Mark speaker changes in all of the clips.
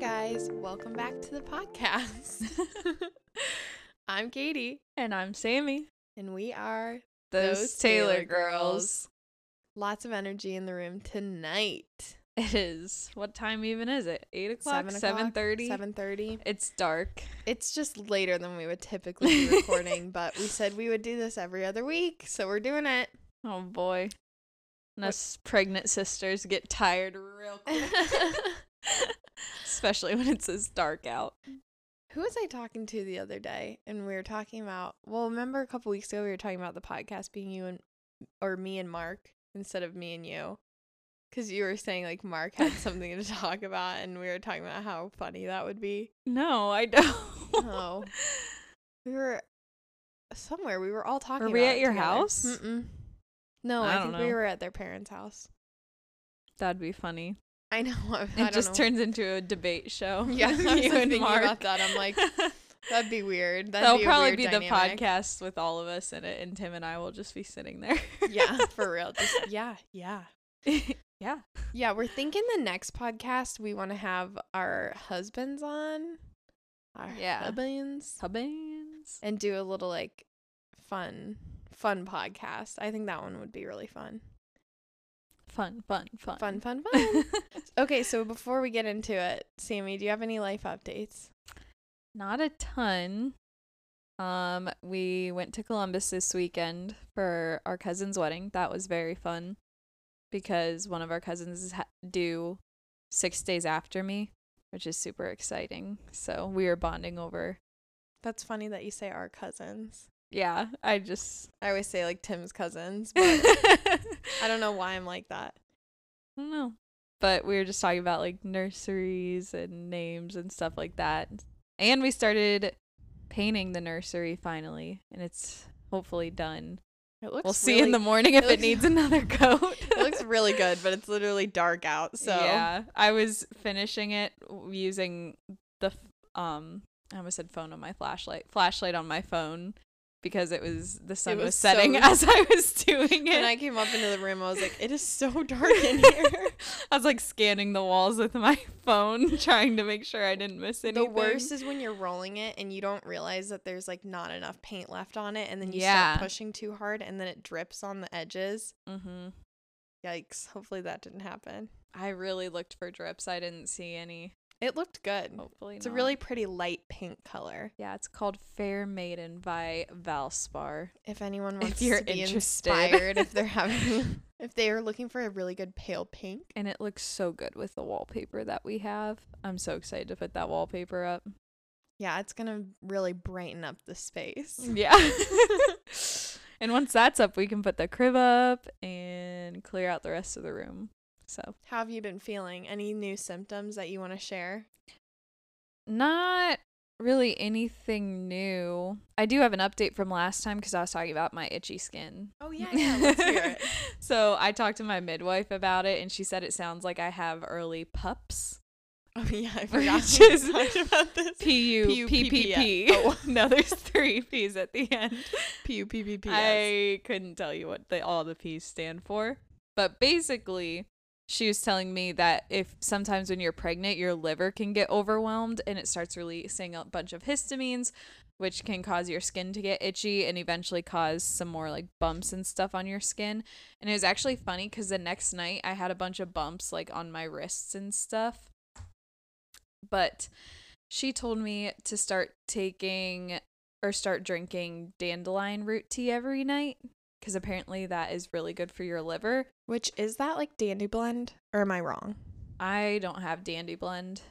Speaker 1: guys. Welcome back to the podcast. I'm Katie,
Speaker 2: And I'm Sammy.
Speaker 1: and we are
Speaker 2: Those,
Speaker 1: Those
Speaker 2: Taylor,
Speaker 1: Taylor
Speaker 2: girls.
Speaker 1: lots of energy in the room tonight.
Speaker 2: It is. What time even is it? Eight o'clock? Seven thirty?
Speaker 1: Seven thirty.
Speaker 2: It's dark.
Speaker 1: It's just later than we would typically be recording, but we said we would do this every other week, so we're doing it.
Speaker 2: Oh boy. And us pregnant sisters get tired real quick. Especially when it's this dark out.
Speaker 1: Who was I talking to the other day? And we were talking about. Well, remember a couple weeks ago we were talking about the podcast being you and or me and Mark instead of me and you. Because you were saying like Mark had something to talk about, and we were talking about how funny that would be.
Speaker 2: No, I don't.
Speaker 1: Oh, we were somewhere. We were all talking.
Speaker 2: we
Speaker 1: about
Speaker 2: at
Speaker 1: it
Speaker 2: your
Speaker 1: together.
Speaker 2: house?
Speaker 1: Mm-mm. No, I,
Speaker 2: I don't
Speaker 1: think we
Speaker 2: know.
Speaker 1: were at their parents' house.
Speaker 2: That'd be funny.
Speaker 1: I know. I, I
Speaker 2: It just
Speaker 1: don't know.
Speaker 2: turns into a debate show.
Speaker 1: Yeah,
Speaker 2: Us
Speaker 1: you
Speaker 2: and
Speaker 1: were thinking
Speaker 2: Mark.
Speaker 1: about that. I'm like, that'd be weird. That'd
Speaker 2: That'll
Speaker 1: be a
Speaker 2: probably
Speaker 1: weird
Speaker 2: be
Speaker 1: dynamic.
Speaker 2: the podcast with all of us in it, and Tim and I will just be sitting there.
Speaker 1: yeah, for real. Just yeah, yeah.
Speaker 2: yeah.
Speaker 1: Yeah, we're thinking the next podcast we want to have our husbands on. Our
Speaker 2: Yeah.
Speaker 1: husbands.
Speaker 2: Tubbins.
Speaker 1: And do a little like fun fun podcast. I think that one would be really fun.
Speaker 2: Fun, fun, fun.
Speaker 1: Fun, fun, fun. okay, so before we get into it, Sammy, do you have any life updates?
Speaker 2: Not a ton. Um, we went to Columbus this weekend for our cousin's wedding. That was very fun because one of our cousins is ha- due six days after me, which is super exciting. So we were bonding over.
Speaker 1: That's funny that you say our cousins.
Speaker 2: Yeah, I just.
Speaker 1: I always say like Tim's cousins, but
Speaker 2: I
Speaker 1: I don't know why I'm like that.
Speaker 2: don't know. But we were just talking about like nurseries and names and stuff like that. And we started painting the nursery finally, and it's hopefully done.
Speaker 1: It looks
Speaker 2: We'll see in the morning if
Speaker 1: it
Speaker 2: it,
Speaker 1: looks-
Speaker 2: needs another coat.
Speaker 1: It looks really good, but it's literally dark out, so
Speaker 2: yeah, I was finishing it w- using the f- um. I almost said phone on my flashlight. Flashlight on my phone because it was the sun was,
Speaker 1: was so-
Speaker 2: setting as I was doing it.
Speaker 1: When I came up into the room, I was like, it is so dark in here.
Speaker 2: I was like scanning the walls with my phone, trying to make sure I didn't miss anything.
Speaker 1: the worst is when you're rolling it and you don't realize that there's like not enough paint left on it, and then you
Speaker 2: Yeah.
Speaker 1: start pushing too hard, and then it drips on the edges.
Speaker 2: Mm-hmm.
Speaker 1: Yikes! Hopefully that didn't happen.
Speaker 2: I really looked for drips. I didn't see any.
Speaker 1: It looked good.
Speaker 2: Hopefully,
Speaker 1: it's a
Speaker 2: not.
Speaker 1: really pretty light pink color.
Speaker 2: yeah. It's called Fair Maiden by Valspar.
Speaker 1: If anyone wants
Speaker 2: you're
Speaker 1: to be
Speaker 2: interested.
Speaker 1: inspired, if they're having, if they are looking for a really good pale pink,
Speaker 2: and it looks so good with the wallpaper that we have. I'm so excited to put that wallpaper up.
Speaker 1: yeah, it's gonna really brighten up the space.
Speaker 2: Mm, Yeah. and once that's up, we can put the crib up and clear out the rest of the room. So,
Speaker 1: How have you been feeling? Any new symptoms that you want to share?
Speaker 2: not really anything new. I do have an update from last time because I was talking about my itchy skin.
Speaker 1: Oh yeah, yeah. Let's hear it.
Speaker 2: so, I talked to my midwife about it and she said it sounds like I have early pups.
Speaker 1: Oh yeah, I
Speaker 2: Which
Speaker 1: we
Speaker 2: is-
Speaker 1: talked about this.
Speaker 2: P U P P P.
Speaker 1: Oh.
Speaker 2: No, there's three P's at the end.
Speaker 1: P U P P P.
Speaker 2: I couldn't tell you what the, all the P's stand for. But basically, she was telling me that if sometimes when you're pregnant, your liver can get overwhelmed and it starts releasing a bunch of histamines, which can cause your skin to get itchy and eventually cause some more like bumps and stuff on your skin. And it was actually funny because the next night I had a bunch of bumps like on my wrists and stuff. But she told me to start taking or start drinking dandelion root tea every night because apparently that is really good for your liver.
Speaker 1: Which is that like Dandy Blend, or am I wrong?
Speaker 2: I don't have Dandy Blend.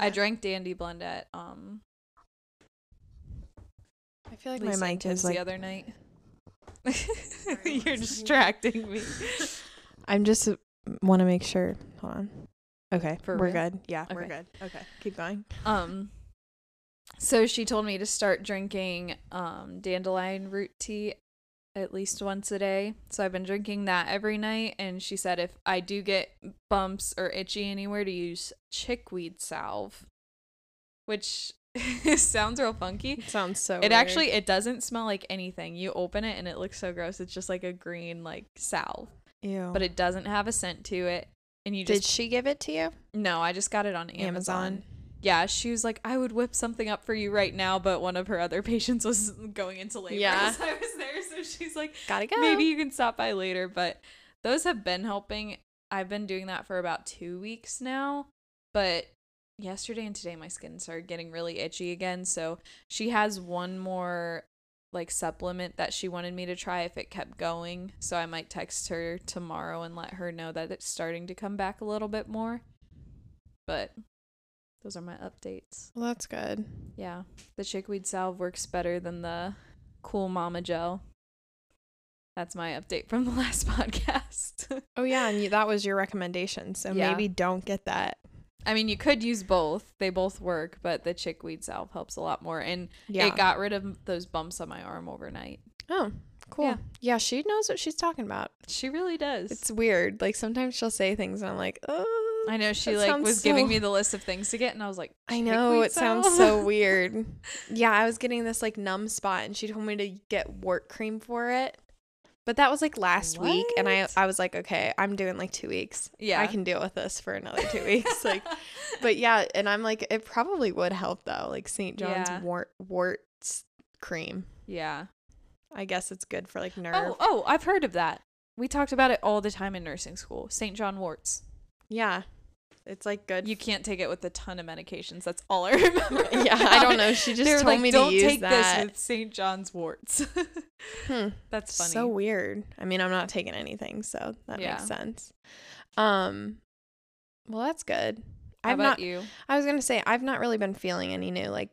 Speaker 2: I drank Dandy Blend at um
Speaker 1: I feel like
Speaker 2: Lisa
Speaker 1: my
Speaker 2: and
Speaker 1: mic
Speaker 2: Tim's
Speaker 1: is like.
Speaker 2: the other night.
Speaker 1: one
Speaker 2: You're
Speaker 1: second.
Speaker 2: distracting me.
Speaker 1: I'm just want to make sure. Hold on. Okay,
Speaker 2: For
Speaker 1: we're
Speaker 2: real?
Speaker 1: good. Yeah, we're
Speaker 2: Okay.
Speaker 1: good. Okay, keep going.
Speaker 2: Um so she told me to start drinking um dandelion root tea at least once a day. So I've been drinking that every night and she said if I do get bumps or itchy anywhere to use chickweed salve, which sounds real funky.
Speaker 1: It sounds so.
Speaker 2: It actually it doesn't smell like anything. You open it and it looks so gross. It's just like a green like salve,
Speaker 1: Ew.
Speaker 2: but it doesn't have a scent to it. and you
Speaker 1: Did
Speaker 2: just
Speaker 1: she give it to you?
Speaker 2: no, I just got it on Amazon. Yeah, she was like, I would whip something up for you right now, but one of her other patients was going into labor
Speaker 1: Yeah.
Speaker 2: as I was there, so she's like,
Speaker 1: Gotta go.
Speaker 2: maybe you can stop by later. But those have been helping. I've been doing that for about two weeks now. But yesterday and today, my skin started getting really itchy again. So she has one more like supplement that she wanted me to try if it kept going. So I might text her tomorrow and let her know that it's starting to come back a little bit more. But those are my updates.
Speaker 1: Well, that's good.
Speaker 2: Yeah. The chickweed salve works better than the cool mama gel. That's my update from the last podcast.
Speaker 1: Oh yeah, and you, that was your recommendation. So
Speaker 2: Yeah.
Speaker 1: maybe don't get that.
Speaker 2: I mean, you could use both. They both work, but the chickweed salve helps a lot more and
Speaker 1: Yeah.
Speaker 2: it got rid of those bumps on my arm overnight.
Speaker 1: oh, cool.
Speaker 2: Yeah.
Speaker 1: Yeah. she knows what she's talking about.
Speaker 2: She really does.
Speaker 1: It's weird. Like sometimes she'll say things, and I'm like, oh,
Speaker 2: I know she
Speaker 1: That
Speaker 2: like
Speaker 1: sounds
Speaker 2: was giving
Speaker 1: so-
Speaker 2: me the list of things to get and I was like,
Speaker 1: I know
Speaker 2: "Chickweed
Speaker 1: it sounds
Speaker 2: salve?"
Speaker 1: so weird. Yeah, I was getting this like numb spot and she told me to get wart cream for it. But that was like last week and I
Speaker 2: What?
Speaker 1: I was like, okay, I'm doing like 2 weeks.
Speaker 2: yeah.
Speaker 1: I can deal with this for another 2 weeks like but yeah, and I'm like it probably would help though, like St. John's
Speaker 2: Yeah.
Speaker 1: wart wart s- cream.
Speaker 2: Yeah.
Speaker 1: I guess it's good for like nerve.
Speaker 2: Oh, oh, I've heard of that. We talked about it all the time in nursing school. St. John warts.
Speaker 1: Yeah. It's like good.
Speaker 2: you can't take it with a ton of medications. That's all I remember.
Speaker 1: yeah, I don't know. She just
Speaker 2: They're
Speaker 1: told
Speaker 2: like,
Speaker 1: me
Speaker 2: don't
Speaker 1: to use
Speaker 2: take
Speaker 1: that.
Speaker 2: this with St. John's warts.
Speaker 1: Hmm.
Speaker 2: That's funny.
Speaker 1: So weird. I mean, I'm not taking anything, so that
Speaker 2: Yeah.
Speaker 1: makes sense. Um well, that's good.
Speaker 2: How
Speaker 1: I've
Speaker 2: about
Speaker 1: not
Speaker 2: you?
Speaker 1: I was going to say I've not really been feeling any new like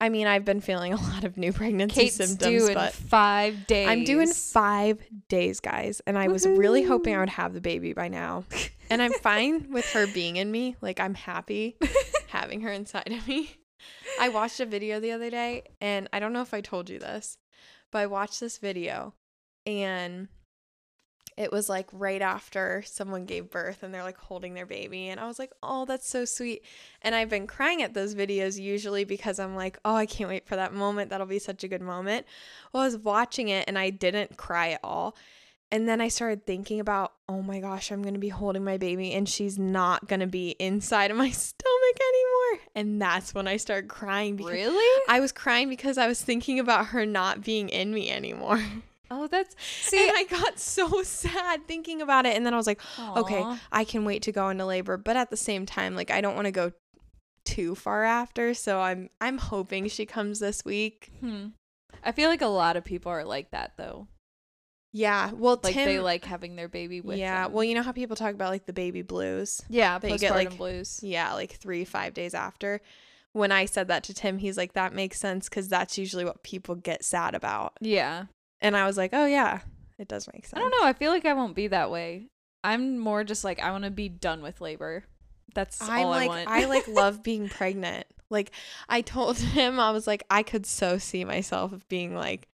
Speaker 1: I mean, I've been feeling a lot of new pregnancy
Speaker 2: Kate's
Speaker 1: symptoms,
Speaker 2: due in
Speaker 1: but
Speaker 2: five days.
Speaker 1: I'm doing 5 days, guys, and I was really hoping I
Speaker 2: Woohoo.
Speaker 1: would have the baby by now. And I'm fine with her being in me. Like I'm happy having her inside of me. I watched a video the other day, and I don't know if I told you this, but I watched this video, and it was like right after someone gave birth and they're like holding their baby. And I was like, oh, that's so sweet. And I've been crying at those videos usually because I'm like, oh, I can't wait for that moment. That'll be such a good moment. Well, I was watching it and I didn't cry at all. And then I started thinking about, oh my gosh, I'm going to be holding my baby and she's not going to be inside of my stomach anymore. And that's when I started crying because
Speaker 2: really?
Speaker 1: I was crying because I was thinking about her not being in me anymore.
Speaker 2: oh, that's see.
Speaker 1: and I got so sad thinking about it. And then I was like, okay,
Speaker 2: Aw.
Speaker 1: I can wait to go into labor, but at the same time, like I don't want to go too far after. So I'm I'm hoping she comes this week.
Speaker 2: Hmm. I feel like a lot of people are like that though.
Speaker 1: Yeah. Well,
Speaker 2: Like
Speaker 1: Tim.
Speaker 2: they like having their baby with.
Speaker 1: yeah.
Speaker 2: them.
Speaker 1: Well, you know how people talk about like the baby blues.
Speaker 2: yeah.
Speaker 1: they
Speaker 2: postpartum
Speaker 1: get, like-
Speaker 2: blues.
Speaker 1: Yeah, like three five days after. When I said that to Tim, he's like, "That makes sense because that's usually what people get sad about."
Speaker 2: Yeah.
Speaker 1: And I was like, "Oh yeah, it does make sense."
Speaker 2: I don't know. I feel like I won't be that way. I'm more just like I want to be done with labor. That's
Speaker 1: I'm
Speaker 2: all
Speaker 1: like
Speaker 2: I want.
Speaker 1: I like love being pregnant. Like I told him I was like I could so see myself of being like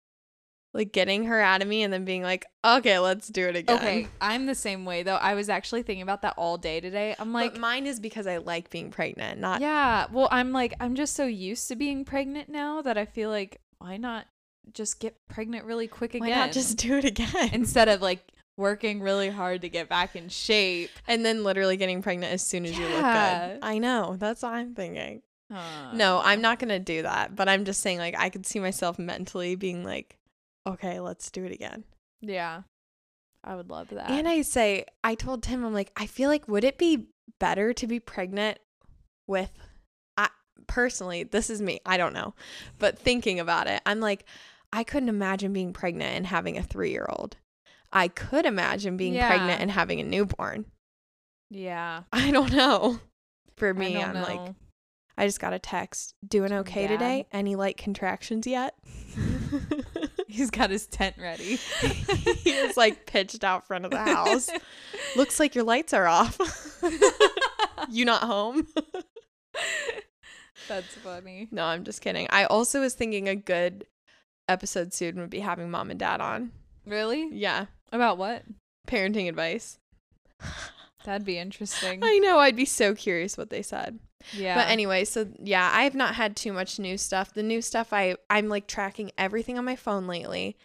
Speaker 1: like getting her out of me and then being like, "Okay, let's do it again."
Speaker 2: Okay, I'm the same way though. I was actually thinking about that all day today. I'm like,
Speaker 1: but mine is because I like being pregnant, not
Speaker 2: yeah, well, I'm like, I'm just so used to being pregnant now that I feel like, why not just get pregnant really quick again?
Speaker 1: why not just do it again? And,
Speaker 2: instead of like working really hard to get back in shape.
Speaker 1: then literally getting pregnant as soon as you look
Speaker 2: Yeah.
Speaker 1: good. I know. That's what I'm thinking. No, I'm not going to do that, but I'm just saying like I could see myself mentally being like, "Okay, let's do it again."
Speaker 2: Yeah, I would love that.
Speaker 1: And I say, I told Tim, I'm like, I feel like would it be better to be pregnant with? I personally, this is me. I don't know, but thinking about it, I'm like, I couldn't imagine being pregnant and having a three year old. I could imagine being
Speaker 2: Yeah.
Speaker 1: pregnant and having a newborn.
Speaker 2: yeah,
Speaker 1: I don't know. For
Speaker 2: I
Speaker 1: me,
Speaker 2: don't
Speaker 1: I'm like,
Speaker 2: know.
Speaker 1: I just got a text. Doing okay
Speaker 2: Dad.
Speaker 1: today? Any light contractions yet?
Speaker 2: he's got his tent ready.
Speaker 1: he is like pitched out front of the house. Looks like your lights are off. you not home?
Speaker 2: That's funny.
Speaker 1: No, I'm just kidding. I also was thinking a good episode soon would be having mom and dad on.
Speaker 2: Really?
Speaker 1: Yeah,
Speaker 2: About what?
Speaker 1: parenting advice.
Speaker 2: That'd be interesting.
Speaker 1: I know, I'd be so curious what they said.
Speaker 2: yeah.
Speaker 1: But anyway, so yeah, I have not had too much new stuff. The new stuff I I'm like tracking everything on my phone lately.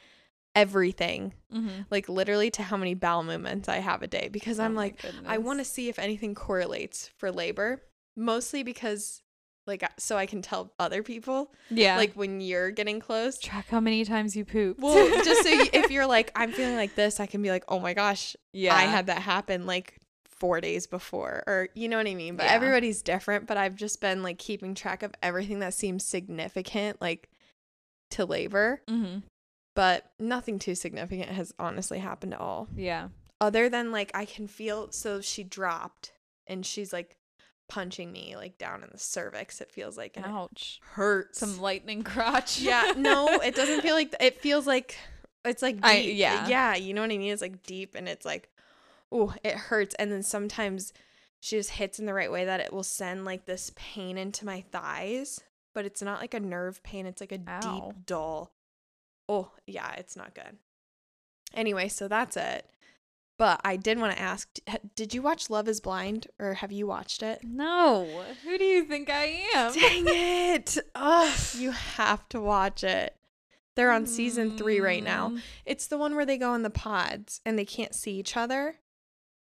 Speaker 1: everything,
Speaker 2: Mm-hmm.
Speaker 1: like literally to how many bowel movements I have a day
Speaker 2: Oh
Speaker 1: because I'm like, I want to see if anything correlates for labor, mostly because, like, I- so I can tell other people,
Speaker 2: yeah,
Speaker 1: like, when you're getting close.
Speaker 2: track how many times you poop.
Speaker 1: Well, just so you, if you're like, I'm feeling like this, I can be like, oh my gosh,
Speaker 2: yeah,
Speaker 1: I had that happen like four days before, or you know what I mean? But
Speaker 2: Yeah.
Speaker 1: everybody's different. But I've just been like keeping track of everything that seems significant, like to labor,
Speaker 2: Mm-hmm.
Speaker 1: but nothing too significant has honestly happened at all.
Speaker 2: Yeah.
Speaker 1: Other than like I can feel, so she dropped and she's like punching me like down in the cervix, it feels like, and it
Speaker 2: Ouch.
Speaker 1: hurts.
Speaker 2: Oh. Some lightning crotch.
Speaker 1: yeah, no, it doesn't feel like, it feels like, it's like deep.
Speaker 2: I- yeah.
Speaker 1: Yeah, you know what I mean? It's like deep and it's like, oh, it hurts. And then sometimes she just hits in the right way that it will send like this pain into my thighs, but it's not like a nerve pain. It's like a
Speaker 2: Ow.
Speaker 1: deep, dull. Oh, yeah, it's not good. Anyway, so that's it. But I did want to ask d- h- Did you watch Love is Blind or have you watched it?
Speaker 2: No. Who do you think I am?
Speaker 1: Dang it. Ugh, you have to watch it. They're on season three right now.
Speaker 2: Mm,
Speaker 1: It's the one where they go in the pods and they can't see each other.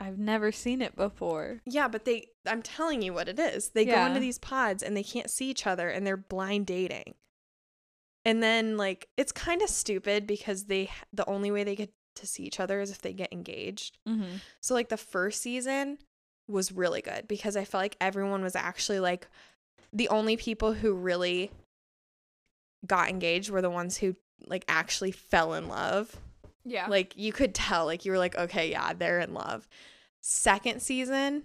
Speaker 2: I've never seen it before.
Speaker 1: Yeah, but they, I'm telling you what it is. They go
Speaker 2: Yeah.
Speaker 1: into these pods and they can't see each other and they're blind dating. And then, like, it's kind of stupid because they, the only way they get to see each other is if they get engaged.
Speaker 2: Mm-hmm.
Speaker 1: So, like, the first season was really good because I felt like everyone was actually like the only people who really got engaged were the ones who like actually fell in love
Speaker 2: Yeah.
Speaker 1: like you could tell like you were like okay yeah they're in love second season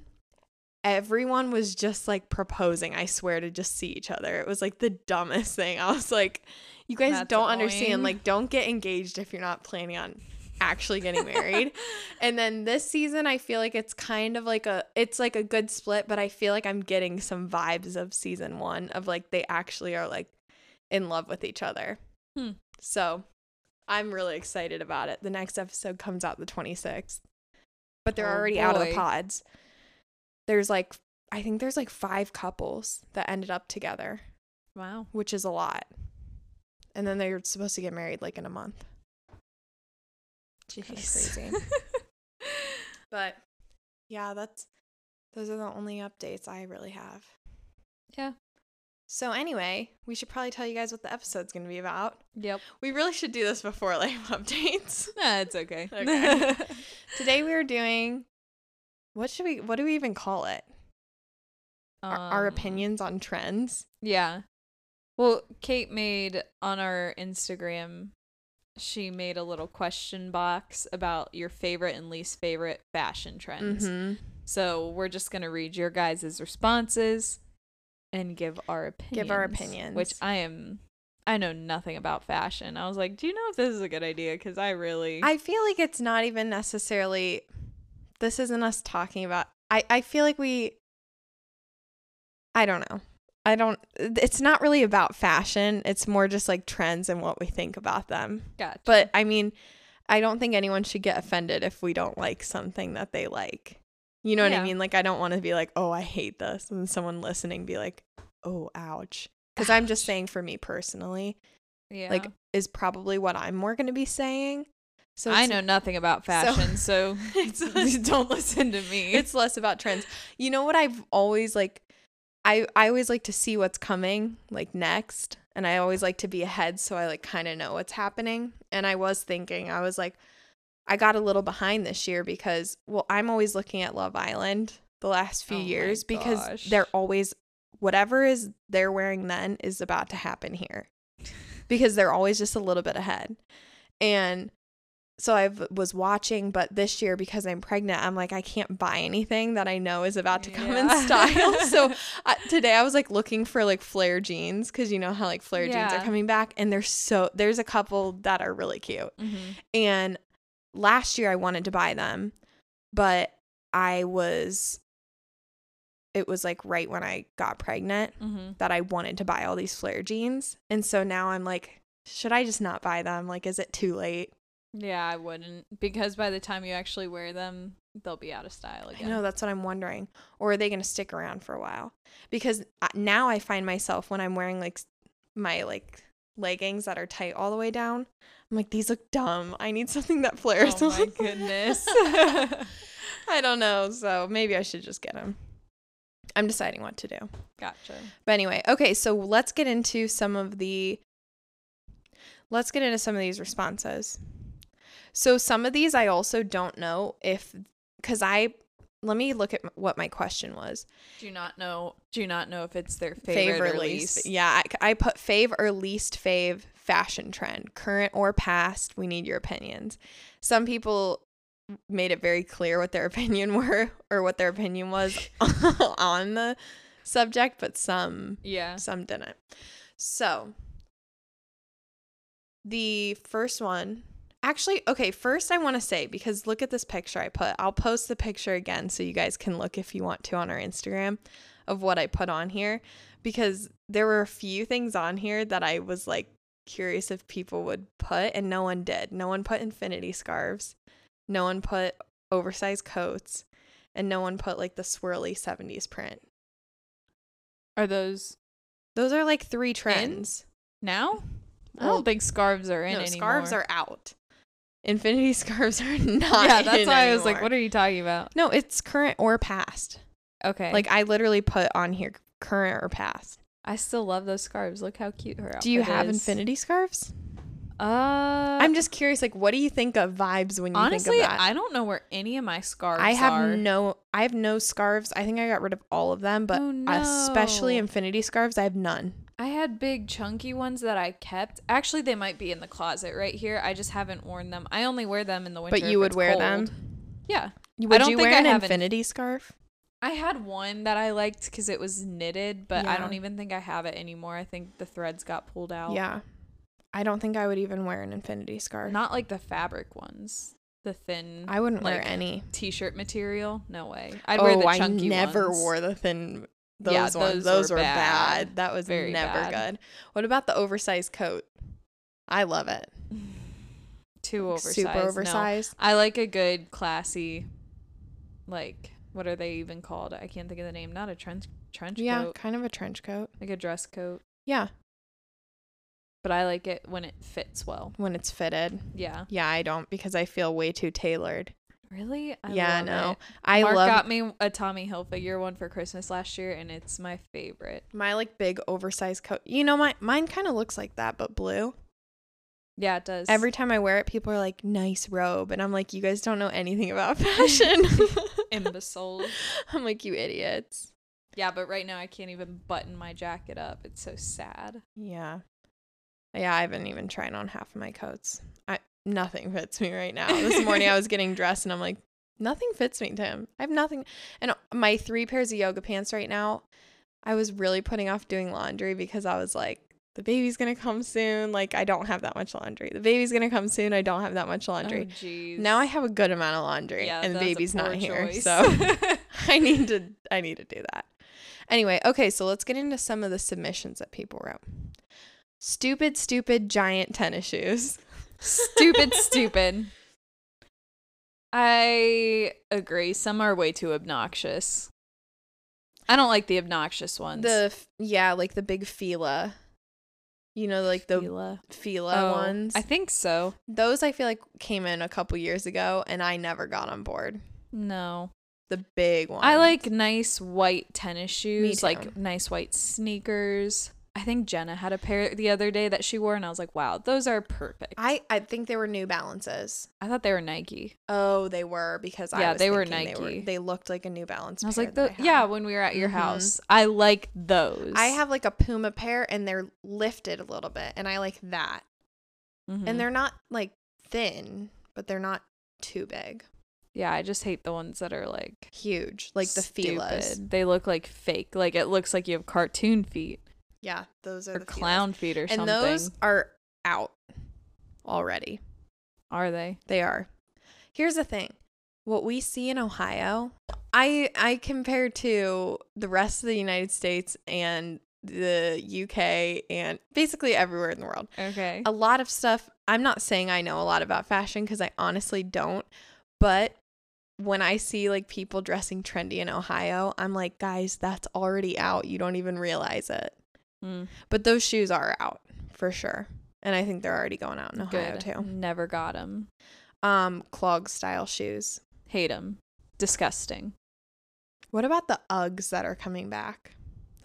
Speaker 1: everyone was just like proposing i swear to just see each other it was like the dumbest thing i was like you guys
Speaker 2: That's
Speaker 1: don't
Speaker 2: annoying.
Speaker 1: understand like don't get engaged if you're not planning on actually getting married and then this season i feel like it's kind of like a it's like a good split but i feel like i'm getting some vibes of season one of like they actually are like in love with each other
Speaker 2: Hmm.
Speaker 1: so i'm really excited about it the next episode comes out the 26th but they're
Speaker 2: Oh,
Speaker 1: already out of the
Speaker 2: boy.
Speaker 1: pods there's like i think there's like five couples that ended up together
Speaker 2: wow.
Speaker 1: which is a lot and then they're supposed to get married like in a month Kinda crazy. But yeah, that's those are the only updates I really have.
Speaker 2: Yeah.
Speaker 1: So anyway, we should probably tell you guys what the episode's going to be about.
Speaker 2: yep.
Speaker 1: We really should do this before life updates.
Speaker 2: Nah, it's okay.
Speaker 1: Okay. Today we are doing what should we what do we even call it? Our, our
Speaker 2: Um,
Speaker 1: opinions on trends.
Speaker 2: Yeah. Well, Kate made on our Instagram, she made a little question box about your favorite and least favorite fashion trends.
Speaker 1: Mhm.
Speaker 2: So we're just going to read your guys' responses and give our opinions.
Speaker 1: Give our
Speaker 2: Which
Speaker 1: opinions.
Speaker 2: I am, I know nothing about fashion. I was like, do you know if this is a good idea? Because I really.
Speaker 1: I feel like it's not even necessarily this isn't us talking about I I feel like we I don't know. I don't it's not really about fashion. It's more just like trends and what we think about them.
Speaker 2: gotcha.
Speaker 1: But I mean, I don't think anyone should get offended if we don't like something that they like. You know what
Speaker 2: Yeah.
Speaker 1: I mean? Like I don't want to be like, "Oh, I hate this." And someone listening be like, "Oh, ouch." Cuz I'm just saying for me personally,
Speaker 2: yeah.
Speaker 1: like is probably what I'm more going to be saying. So
Speaker 2: I
Speaker 1: it's-
Speaker 2: know nothing about fashion, so,
Speaker 1: it's-
Speaker 2: don't listen to me.
Speaker 1: it's less about trends. You know what I've always like I I always like to see what's coming like next and I always like to be ahead so I like kind of know what's happening and I was thinking I was like I got a little behind this year because well I'm always looking at Love Island the last few
Speaker 2: Oh my
Speaker 1: years because
Speaker 2: gosh.
Speaker 1: they're always whatever is they're wearing then is about to happen here because they're always just a little bit ahead. And so I was watching, but this year because I'm pregnant, I'm like I can't buy anything that I know is about to come in
Speaker 2: Yeah.
Speaker 1: style. so I, today I was like looking for like flare jeans because you know how like flare jeans
Speaker 2: Yeah.
Speaker 1: are coming back, and there's so there's a couple that are really cute.
Speaker 2: Mhm.
Speaker 1: And last year I wanted to buy them, but I was it was like right when I got pregnant
Speaker 2: Mhm.
Speaker 1: that I wanted to buy all these flare jeans, and so now I'm like, should I just not buy them? Like, is it too late?
Speaker 2: Yeah, I wouldn't because by the time you actually wear them, they'll be out of style
Speaker 1: I
Speaker 2: again.
Speaker 1: know that's what I'm wondering. Or are they going to stick around for a while? Because I- now I find myself when I'm wearing like s- my like leggings that are tight all the way down, I'm like, these look dumb. I need something that flares.
Speaker 2: Oh my goodness.
Speaker 1: I don't know. So maybe I should just get them. I'm deciding what to do.
Speaker 2: gotcha.
Speaker 1: But anyway, okay, so let's get into some of the let's get into some of these responses. So some of these I also don't know if cuz I let me look at what my question was.
Speaker 2: Do you not know? Do you not know if it's their favorite, or least?
Speaker 1: Yeah, I, I put fave or least fave fashion trend, current or past. We need your opinions. Some people made it very clear what their opinion were or what their opinion was on the subject, but some
Speaker 2: Yeah.
Speaker 1: some didn't. So, the first one, actually, okay, first I want to say because look at this picture I put. I'll post the picture again so you guys can look if you want to on our Instagram of what I put on here because there were a few things on here that I was like curious if people would put and no one did. No one put infinity scarves. No one put oversized coats and no one put like the swirly 70s print.
Speaker 2: Are those
Speaker 1: Those are like three trends.
Speaker 2: now? I
Speaker 1: Well,
Speaker 2: don't think scarves are in
Speaker 1: no,
Speaker 2: anymore.
Speaker 1: scarves are out. Infinity scarves are not.
Speaker 2: Yeah, that's why I was like, what are you talking about?
Speaker 1: No, it's current or past.
Speaker 2: Okay.
Speaker 1: Like I literally put on here current or past.
Speaker 2: I still love those scarves. Look how cute her.
Speaker 1: Do you
Speaker 2: outfit
Speaker 1: have
Speaker 2: Oh, is.
Speaker 1: infinity scarves?
Speaker 2: Uh,
Speaker 1: I'm just curious. Like, what do you think of vibes when you
Speaker 2: honestly,
Speaker 1: think of that?
Speaker 2: I don't know where any of my scarves
Speaker 1: I have
Speaker 2: are.
Speaker 1: no. I have no scarves. I think I got rid of all of them, but
Speaker 2: Oh,
Speaker 1: especially
Speaker 2: no.
Speaker 1: infinity scarves, I have none.
Speaker 2: I had big chunky ones that I kept. Actually, they might be in the closet right here. I just haven't worn them. I only wear them in the winter.
Speaker 1: But
Speaker 2: if
Speaker 1: you would
Speaker 2: it's
Speaker 1: wear
Speaker 2: cold.
Speaker 1: them.
Speaker 2: Yeah.
Speaker 1: Would
Speaker 2: don't
Speaker 1: you
Speaker 2: think
Speaker 1: wear
Speaker 2: I
Speaker 1: an
Speaker 2: have an-
Speaker 1: infinity scarf?
Speaker 2: I had one that I liked because it was knitted, but I
Speaker 1: Yeah.
Speaker 2: don't even think I have it anymore. I think the threads got pulled out.
Speaker 1: Yeah, I don't think I would even wear an infinity scarf.
Speaker 2: Not like the fabric ones, the thin
Speaker 1: I wouldn't wear
Speaker 2: like,
Speaker 1: any.
Speaker 2: t-shirt material. No way. I'd wear the chunky
Speaker 1: Oh, I never
Speaker 2: ones.
Speaker 1: wore the thin. Those
Speaker 2: Yeah,
Speaker 1: ones.
Speaker 2: those
Speaker 1: Those
Speaker 2: were
Speaker 1: were bad.
Speaker 2: bad.
Speaker 1: That was
Speaker 2: Very
Speaker 1: never
Speaker 2: bad.
Speaker 1: good. What about the oversized coat? I love it.
Speaker 2: too oversized.
Speaker 1: Super
Speaker 2: no.
Speaker 1: oversized.
Speaker 2: I like a good classy, like what are they even called? I can't think of the name. Not a trench trench
Speaker 1: Yeah,
Speaker 2: coat,
Speaker 1: kind of a trench coat.
Speaker 2: like a dress coat.
Speaker 1: Yeah,
Speaker 2: But I like it when it fits well.
Speaker 1: when it's fitted.
Speaker 2: Yeah.
Speaker 1: Yeah, I don't because I feel way too tailored.
Speaker 2: Really? I
Speaker 1: yeah,
Speaker 2: love
Speaker 1: no.
Speaker 2: it.
Speaker 1: I
Speaker 2: Mark
Speaker 1: love
Speaker 2: got me a Tommy Hilfiger one for Christmas last year, and it's my favorite.
Speaker 1: my like big oversized coat. You know, my mine kind of looks like that, but blue.
Speaker 2: Yeah, it does.
Speaker 1: Every time I wear it, people are like, "Nice robe," and I'm like, "You guys don't know anything about fashion."
Speaker 2: imbecile.
Speaker 1: I'm like, "You idiots."
Speaker 2: yeah, but right now I can't even button my jacket up. It's so sad.
Speaker 1: Yeah. Yeah, I haven't even tried on half of my coats. I nothing fits me right now. This morning I was getting dressed and I'm like, nothing fits me, Tim. I have nothing. And my three pairs of yoga pants right now, I was really putting off doing laundry because I was like, the baby's gonna come soon. Like I don't have that much laundry. The baby's gonna come soon. I don't have that much laundry.
Speaker 2: Oh, jeez.
Speaker 1: now I have a good amount of laundry
Speaker 2: Yeah,
Speaker 1: and the
Speaker 2: that was a
Speaker 1: baby's not
Speaker 2: poor
Speaker 1: here.
Speaker 2: choice.
Speaker 1: So I need to I need to do that. Anyway, okay, so let's get into some of the submissions that people wrote. Stupid, stupid giant tennis shoes.
Speaker 2: stupid, stupid. I agree. Some are way too obnoxious. I don't like the obnoxious ones.
Speaker 1: The f- yeah, like the big Fila. You know, like the Fila,
Speaker 2: Fila. Oh,
Speaker 1: ones.
Speaker 2: I think so.
Speaker 1: Those I feel like came in a couple years ago, and I never got on board.
Speaker 2: No.
Speaker 1: The big ones.
Speaker 2: I like nice white tennis shoes, like
Speaker 1: too.
Speaker 2: nice white sneakers. I think Jenna had a pair the other day that she wore, and I was like, wow, those are perfect. I,
Speaker 1: I I think they were New Balances.
Speaker 2: thought they were Nike.
Speaker 1: Oh, they were because I
Speaker 2: Yeah,
Speaker 1: was
Speaker 2: they were
Speaker 1: thinking They,
Speaker 2: Nike.
Speaker 1: they looked like a New Balance.
Speaker 2: And I was
Speaker 1: pair
Speaker 2: like,
Speaker 1: that
Speaker 2: "Tho-
Speaker 1: I had.
Speaker 2: yeah, when we were at your
Speaker 1: Mhm.
Speaker 2: house, I like those.
Speaker 1: I have like a Puma pair and they're lifted a little bit and I like that.
Speaker 2: Mhm.
Speaker 1: And they're not like thin, but they're not too big.
Speaker 2: yeah, I just hate the ones that are like
Speaker 1: Huge, like the Fila's.
Speaker 2: stupid. They look like fake. Like it looks like you have cartoon feet
Speaker 1: Yeah, those are
Speaker 2: or
Speaker 1: the Fila's.
Speaker 2: clown feet or
Speaker 1: and
Speaker 2: something.
Speaker 1: those are out already.
Speaker 2: are they?
Speaker 1: They are. Here's the thing. What we see in Ohio, I I compare to the rest of the United States and the UK and basically everywhere in the world.
Speaker 2: Okay.
Speaker 1: a lot of stuff. I'm not saying I know a lot about fashion because I honestly don't, but when I see like people dressing trendy in Ohio, I'm like, guys, that's already out. You don't even realize it.
Speaker 2: Mm.
Speaker 1: But those shoes are out for sure. and I think they're already going out in Ohio
Speaker 2: Good.
Speaker 1: too.
Speaker 2: Never got him.
Speaker 1: Um, clog style shoes.
Speaker 2: Hate him. Disgusting.
Speaker 1: What about the Uggs that are coming back?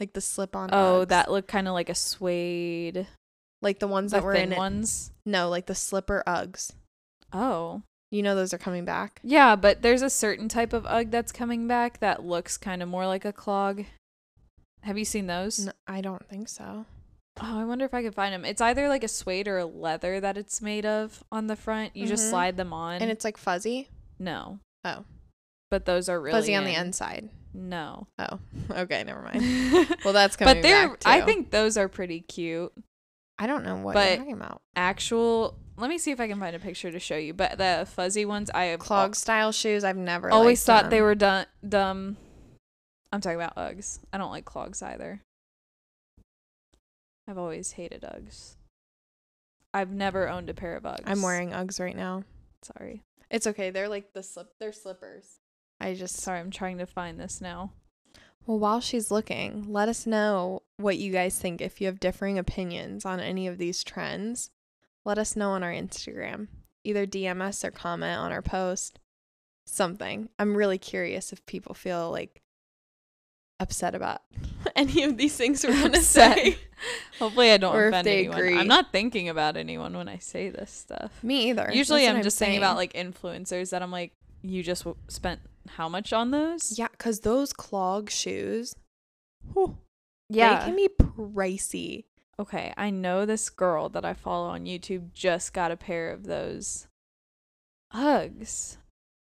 Speaker 1: Like the slip on.
Speaker 2: Oh, that looked kind of like a suede.
Speaker 1: like the ones
Speaker 2: The
Speaker 1: that were in
Speaker 2: thin
Speaker 1: it.
Speaker 2: ones.
Speaker 1: No, like the slipper Uggs.
Speaker 2: Oh.
Speaker 1: You know those are coming back.
Speaker 2: Yeah, but there's a certain type of UGG that's coming back that looks kind of more like a clog. Have you seen those?
Speaker 1: No, I don't think so.
Speaker 2: Oh, I wonder if I could find them. It's either like a suede or a leather that it's made of on the front. You just
Speaker 1: Mhm.
Speaker 2: slide them on.
Speaker 1: And it's like fuzzy,
Speaker 2: no.
Speaker 1: Oh.
Speaker 2: But those are really
Speaker 1: fuzzy on the
Speaker 2: in.
Speaker 1: inside.
Speaker 2: No.
Speaker 1: Oh, okay, never mind.
Speaker 2: well,
Speaker 1: Well, that's coming
Speaker 2: but they're.
Speaker 1: back too.
Speaker 2: I think those are pretty cute.
Speaker 1: I don't know what
Speaker 2: but-
Speaker 1: you're talking about.
Speaker 2: Actual. Let me see if I can find a picture to show you. But the fuzzy ones, I have
Speaker 1: Clog style shoes. I've never
Speaker 2: always
Speaker 1: liked
Speaker 2: thought they
Speaker 1: them.
Speaker 2: were dun- dumb. I'm talking about Uggs. I don't like clogs either. I've always hated Uggs. I've never owned a pair of Uggs.
Speaker 1: I'm wearing Uggs right now.
Speaker 2: Sorry.
Speaker 1: It's okay. They're like the slip. They're slippers. I just
Speaker 2: Sorry, I'm trying to find this now.
Speaker 1: Well, while she's looking, let us know what you guys think. If you have differing opinions on any of these trends, let us know on our Instagram. Either DM us or comment on our post. Something. I'm really curious if people feel like upset about any of these things we're gonna
Speaker 2: Upset.
Speaker 1: say.
Speaker 2: Hopefully, I don't
Speaker 1: Or if
Speaker 2: offend
Speaker 1: they
Speaker 2: anyone.
Speaker 1: agree.
Speaker 2: I'm not thinking about anyone when I say this stuff.
Speaker 1: Me either.
Speaker 2: Usually,
Speaker 1: That's
Speaker 2: I'm
Speaker 1: what
Speaker 2: just thinking about
Speaker 1: saying.
Speaker 2: like influencers that I'm like, you just w- spent how much on those?
Speaker 1: yeah, because those clog shoes, whew, they
Speaker 2: Yeah.
Speaker 1: can be pricey.
Speaker 2: okay, I know this girl that I follow on YouTube just got a pair of those Uggs.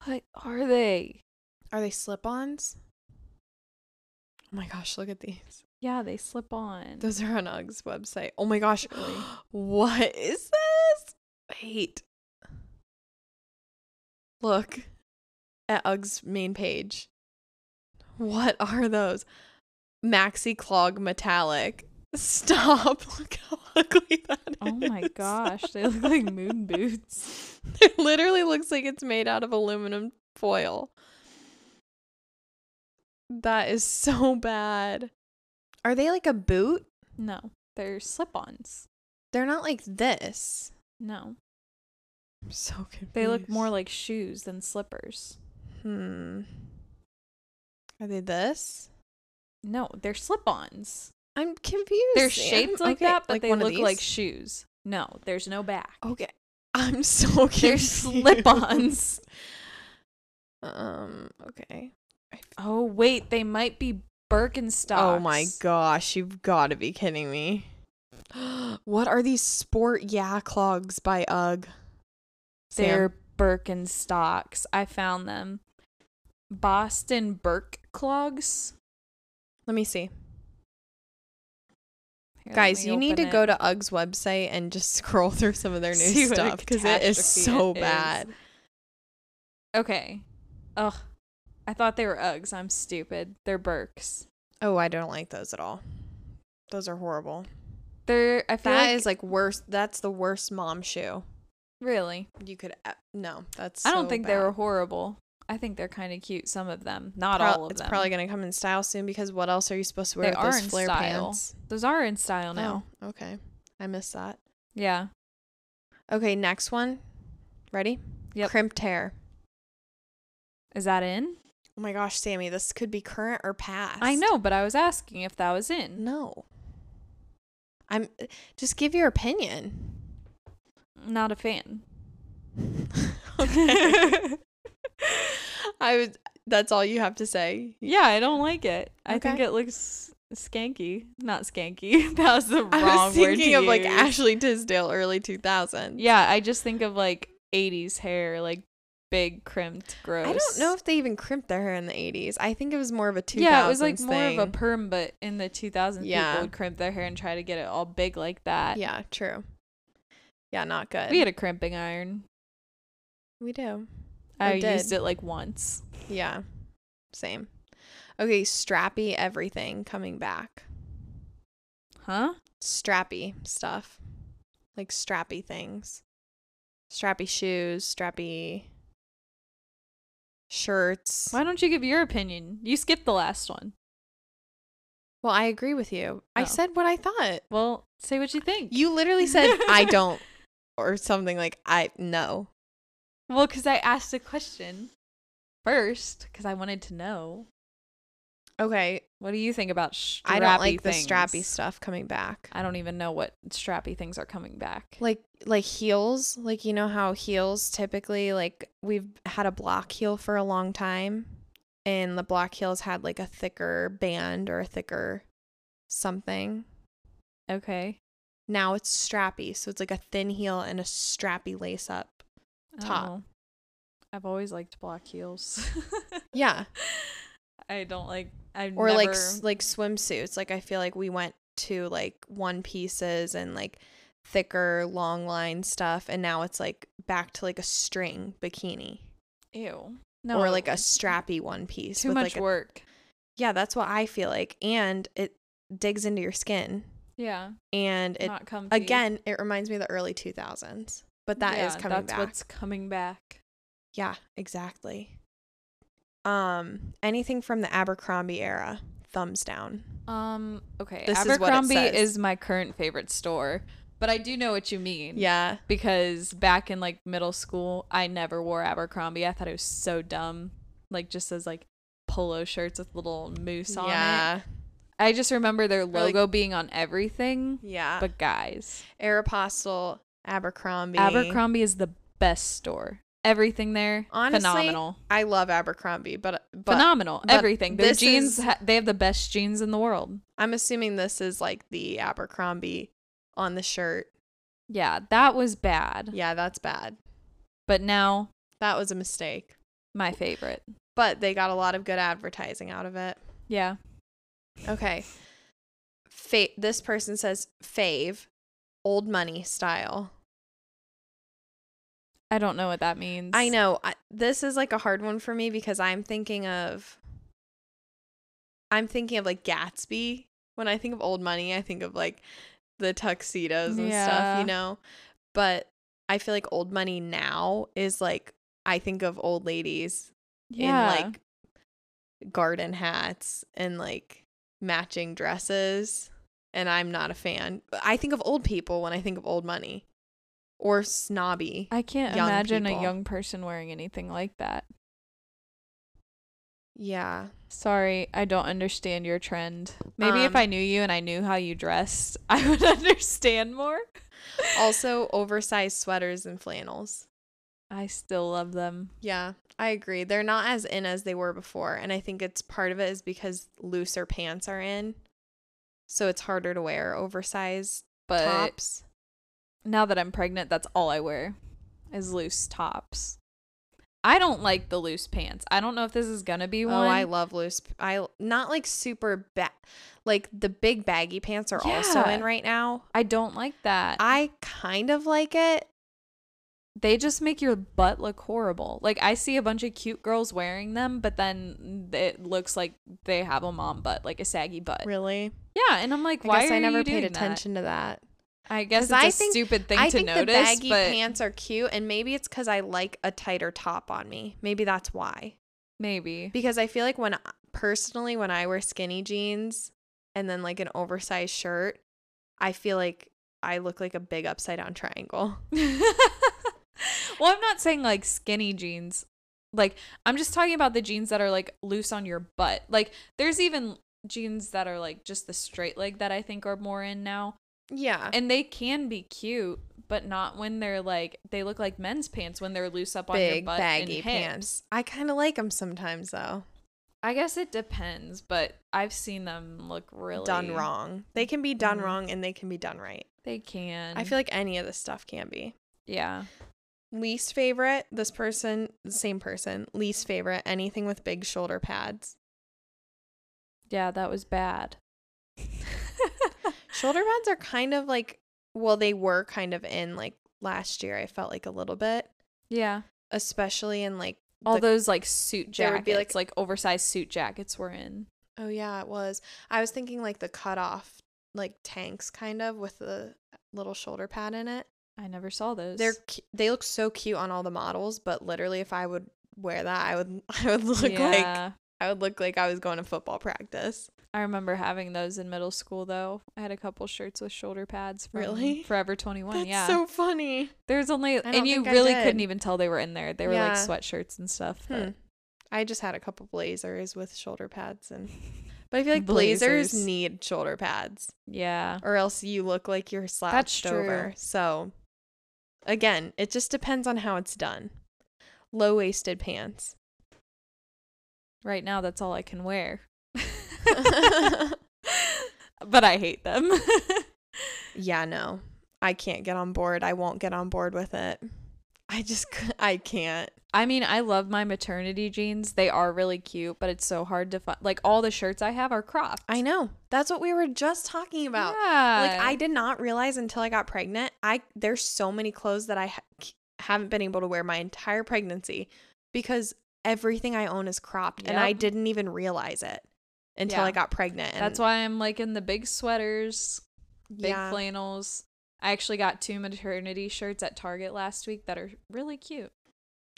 Speaker 2: What are they?
Speaker 1: Are they slip-ons? Oh my gosh, look at these.
Speaker 2: Yeah, they slip on.
Speaker 1: Those are on Ugg's website. Oh my gosh.
Speaker 2: Really?
Speaker 1: What is this? Wait. Look at Ugg's main page. What are those? Maxi Clog Metallic. Stop. Look how ugly that is.
Speaker 2: oh my gosh, they look like moon boots.
Speaker 1: It literally looks like it's made out of aluminum foil. That is so bad. Are they like a boot?
Speaker 2: No, they're slip ons.
Speaker 1: They're not like this.
Speaker 2: No,
Speaker 1: I'm so confused.
Speaker 2: they look more like shoes than slippers.
Speaker 1: Hmm. Are they this?
Speaker 2: No, they're slip-ons.
Speaker 1: I'm confused.
Speaker 2: They're
Speaker 1: Sam.
Speaker 2: shaped like
Speaker 1: Okay,
Speaker 2: that, but they
Speaker 1: one of
Speaker 2: look like
Speaker 1: these?
Speaker 2: shoes. No, there's no back.
Speaker 1: okay. I'm so confused.
Speaker 2: They're slip-ons.
Speaker 1: Um. Okay.
Speaker 2: Oh wait, they might be Birkenstocks.
Speaker 1: Oh my gosh! You've got to be kidding me. what are these sport yeah clogs by UGG? Sam,
Speaker 2: They're Birkenstocks. I found them. Boston Birk clogs.
Speaker 1: let me see,
Speaker 2: Here, let
Speaker 1: guys.
Speaker 2: me
Speaker 1: You need to
Speaker 2: open it.
Speaker 1: go to UGG's website and just scroll through some of their new
Speaker 2: See what a
Speaker 1: stuff because it is
Speaker 2: catastrophe
Speaker 1: so
Speaker 2: it is.
Speaker 1: bad.
Speaker 2: Okay. Ugh. I thought they were Uggs. I'm stupid. They're Birks.
Speaker 1: Oh, I don't like those at all. Those are horrible.
Speaker 2: They're. I feel
Speaker 1: That
Speaker 2: like
Speaker 1: is like worst. That's the worst mom shoe
Speaker 2: really.
Speaker 1: you could. e- No, that's.
Speaker 2: I don't
Speaker 1: so
Speaker 2: think they were
Speaker 1: bad.
Speaker 2: horrible. I think they're kind of cute. Some of them, not
Speaker 1: Pro-
Speaker 2: all of
Speaker 1: it's
Speaker 2: them.
Speaker 1: probably gonna come in style soon because what else are you supposed to wear
Speaker 2: They
Speaker 1: with
Speaker 2: are
Speaker 1: those
Speaker 2: in
Speaker 1: flare
Speaker 2: style.
Speaker 1: pants?
Speaker 2: Those are in style now.
Speaker 1: Oh, okay. I missed that.
Speaker 2: Yeah.
Speaker 1: Okay, next one. Ready?
Speaker 2: Yep.
Speaker 1: Crimped hair.
Speaker 2: Is that in?
Speaker 1: Oh my gosh, Sammy, this could be current or past.
Speaker 2: I know, but I was asking if that was in.
Speaker 1: No. I'm just give your opinion.
Speaker 2: Not a fan.
Speaker 1: okay. I was. That's all you have to say.
Speaker 2: Yeah, I don't like it. I think
Speaker 1: Okay.
Speaker 2: it looks skanky. Not skanky. that was the wrong
Speaker 1: I was thinking
Speaker 2: word
Speaker 1: of
Speaker 2: to
Speaker 1: like
Speaker 2: use.
Speaker 1: Ashley Tisdale, early 2000s.
Speaker 2: Yeah, I just think of like 80s hair, like big crimped, gross.
Speaker 1: I don't know if they even crimped their hair in the 80s. I think it was more of a 2000s
Speaker 2: yeah, it was like more
Speaker 1: thing.
Speaker 2: of a perm, but in the 2000s,
Speaker 1: Yeah.
Speaker 2: people would crimp their hair and try to get it all big like that.
Speaker 1: yeah, true. Yeah, not good.
Speaker 2: We had a crimping iron.
Speaker 1: We do.
Speaker 2: I,
Speaker 1: I
Speaker 2: used
Speaker 1: did.
Speaker 2: it like once.
Speaker 1: Yeah, same. Okay, strappy everything coming back.
Speaker 2: Huh?
Speaker 1: Strappy stuff, like strappy things, strappy shoes, strappy shirts.
Speaker 2: Why don't you give your opinion? You skipped the last one.
Speaker 1: Well, I agree with you. I
Speaker 2: Oh.
Speaker 1: said what I thought.
Speaker 2: Well, Say what you think.
Speaker 1: You literally said I don't or something like I no.
Speaker 2: Well, because I asked the question first because I wanted to know.
Speaker 1: Okay,
Speaker 2: What do you think about strappy
Speaker 1: I don't like
Speaker 2: things?
Speaker 1: the strappy stuff coming back.
Speaker 2: I don't even know what strappy things are coming back.
Speaker 1: Like like heels, like you know how heels typically like we've had a block heel for a long time and the block heels had like a thicker band or a thicker something.
Speaker 2: okay.
Speaker 1: Now it's strappy, so it's like a thin heel and a strappy lace up. Top.
Speaker 2: Oh. I've always liked block heels.
Speaker 1: Yeah.
Speaker 2: I don't like. I've
Speaker 1: or
Speaker 2: never,
Speaker 1: like s- like swimsuits. Like I feel like we went to like one pieces and like thicker long line stuff, and now it's like back to like a string bikini
Speaker 2: ew. No.
Speaker 1: or like a strappy one piece.
Speaker 2: too
Speaker 1: with,
Speaker 2: much
Speaker 1: like, a-
Speaker 2: work.
Speaker 1: yeah, that's what I feel like, and it digs into your skin,
Speaker 2: yeah.
Speaker 1: and it
Speaker 2: not comfy.
Speaker 1: again it reminds me of the early two thousands. But that is
Speaker 2: Yeah,
Speaker 1: coming
Speaker 2: That's
Speaker 1: back.
Speaker 2: what's coming back.
Speaker 1: yeah, exactly. Um, anything from the Abercrombie era, thumbs down.
Speaker 2: Um. Okay.
Speaker 1: This is what it
Speaker 2: Abercrombie
Speaker 1: says.
Speaker 2: is my current favorite store, but I do know what you mean.
Speaker 1: Yeah,
Speaker 2: because back in like middle school, I never wore Abercrombie. I thought it was so dumb. Like just as like polo shirts with little moose on it.
Speaker 1: yeah,
Speaker 2: I just remember their
Speaker 1: like-
Speaker 2: logo being on everything.
Speaker 1: yeah.
Speaker 2: But guys,
Speaker 1: Aeropostale, Abercrombie.
Speaker 2: Abercrombie is the best store. Everything there,
Speaker 1: Honestly,
Speaker 2: phenomenal,
Speaker 1: I love Abercrombie, but but
Speaker 2: phenomenal.
Speaker 1: but
Speaker 2: Everything. Their
Speaker 1: this
Speaker 2: jeans,
Speaker 1: is-
Speaker 2: ha- they have the best jeans in the world.
Speaker 1: I'm assuming this is like the Abercrombie on the shirt.
Speaker 2: Yeah, that was bad,
Speaker 1: Yeah, that's bad.
Speaker 2: but now
Speaker 1: That was a mistake.
Speaker 2: my favorite.
Speaker 1: But they got a lot of good advertising out of it.
Speaker 2: Yeah,
Speaker 1: Okay. Fa- this person says fave, old money style.
Speaker 2: I don't know what that means.
Speaker 1: I know I, this is like a hard one for me because I'm thinking of I'm thinking of like Gatsby. When I think of old money, I think of like the tuxedos and stuff,
Speaker 2: Yeah.
Speaker 1: you know. But I feel like old money now is like I think of old ladies
Speaker 2: Yeah,
Speaker 1: in like garden hats and like matching dresses, and I'm not a fan. But I think of old people when I think of old money or snobby.
Speaker 2: I can't
Speaker 1: young
Speaker 2: imagine
Speaker 1: people.
Speaker 2: a young person wearing anything like that.
Speaker 1: yeah.
Speaker 2: Sorry, I don't understand your trend. Maybe if
Speaker 1: Um,
Speaker 2: I knew you and I knew how you dressed, I would understand more.
Speaker 1: also oversized sweaters and flannels.
Speaker 2: I still love them.
Speaker 1: Yeah, I agree. They're not as in as they were before, and I think it's part of it is because looser pants are in. So it's harder to wear oversized
Speaker 2: But
Speaker 1: tops.
Speaker 2: now that I'm pregnant, that's all I wear is loose tops. I don't like the loose pants. I don't know if this is gonna be
Speaker 1: Oh,
Speaker 2: one.
Speaker 1: I love loose. p- I not like super ba- like the big baggy pants are also
Speaker 2: Yeah.
Speaker 1: in right now.
Speaker 2: I don't like that.
Speaker 1: I kind of like it.
Speaker 2: they just make your butt look horrible. Like I see a bunch of cute girls wearing them, but then it looks like they have a mom butt, like a saggy butt.
Speaker 1: Really?
Speaker 2: Yeah, and I'm like,
Speaker 1: I
Speaker 2: why
Speaker 1: guess
Speaker 2: are
Speaker 1: I never
Speaker 2: you
Speaker 1: paid
Speaker 2: doing that?
Speaker 1: attention to that.
Speaker 2: I guess
Speaker 1: 'Cause
Speaker 2: it's
Speaker 1: I
Speaker 2: a
Speaker 1: think-
Speaker 2: stupid thing
Speaker 1: I
Speaker 2: to
Speaker 1: think the
Speaker 2: notice,
Speaker 1: baggy
Speaker 2: but
Speaker 1: pants are cute, and maybe it's because I like a tighter top on me. Maybe that's why.
Speaker 2: maybe.
Speaker 1: because I feel like when personally when I wear skinny jeans and then like an oversized shirt, I feel like I look like a big upside down triangle.
Speaker 2: well, I'm not saying like skinny jeans. Like I'm just talking about the jeans that are like loose on your butt. Like there's even jeans that are like just the straight leg that I think are more in now,
Speaker 1: Yeah.
Speaker 2: and they can be cute, but not when they're like they look like men's pants when they're loose up on your
Speaker 1: Big
Speaker 2: butt
Speaker 1: baggy
Speaker 2: and hips.
Speaker 1: pants. I kind of like them sometimes though.
Speaker 2: I guess it depends, but I've seen them look really
Speaker 1: Done wrong. They can be done
Speaker 2: Mhm.
Speaker 1: wrong and they can be done right.
Speaker 2: They can.
Speaker 1: I feel like any of this stuff can be.
Speaker 2: yeah.
Speaker 1: Least favorite, this person, same person, least favorite, anything with big shoulder pads.
Speaker 2: Yeah, that was bad.
Speaker 1: Shoulder pads are kind of like, well, they were kind of in like last year, I felt like a little bit.
Speaker 2: yeah.
Speaker 1: especially in like
Speaker 2: All
Speaker 1: the-
Speaker 2: those like suit
Speaker 1: there would
Speaker 2: jackets,
Speaker 1: be, like-
Speaker 2: like, oversized suit jackets were in.
Speaker 1: oh yeah it was i was thinking like the cutoff like tanks kind of with the little shoulder pad in it
Speaker 2: I never saw those.
Speaker 1: they're cu- they look so cute on all the models but literally if i would wear that i would i would look like
Speaker 2: Yeah.
Speaker 1: i would look like i was going to football practice
Speaker 2: I remember having those in middle school though. I had a couple shirts with shoulder pads from
Speaker 1: Really?
Speaker 2: Forever 21.
Speaker 1: That's
Speaker 2: yeah.
Speaker 1: so funny.
Speaker 2: There's only
Speaker 1: don't
Speaker 2: and you
Speaker 1: think I
Speaker 2: really
Speaker 1: did.
Speaker 2: couldn't even tell they were in there. They were like
Speaker 1: Yeah.
Speaker 2: sweatshirts and stuff.
Speaker 1: Hmm.
Speaker 2: but-
Speaker 1: I just had a couple blazers with shoulder pads and but I feel like blazers
Speaker 2: Blazers.
Speaker 1: need shoulder pads.
Speaker 2: Yeah.
Speaker 1: or else you look like you're slouched over.
Speaker 2: true.
Speaker 1: So, again, it just depends on how it's done. Low waisted pants.
Speaker 2: Right now that's all I can wear. but I hate them.
Speaker 1: yeah, no, I can't get on board. I won't get on board with it. I just, c- I can't.
Speaker 2: I mean, I love my maternity jeans. They are really cute, but it's so hard to find. Like all the shirts I have are cropped.
Speaker 1: I know. That's what we were just talking about.
Speaker 2: Yeah.
Speaker 1: Like I did not realize until I got pregnant. I there's so many clothes that I ha- c- haven't been able to wear my entire pregnancy because everything I own is cropped and I
Speaker 2: Yep.
Speaker 1: didn't even realize it until
Speaker 2: Yeah.
Speaker 1: I got pregnant. And
Speaker 2: That's why I'm like in the big sweaters, big
Speaker 1: yeah,
Speaker 2: flannels. I actually got two maternity shirts at Target last week that are really cute.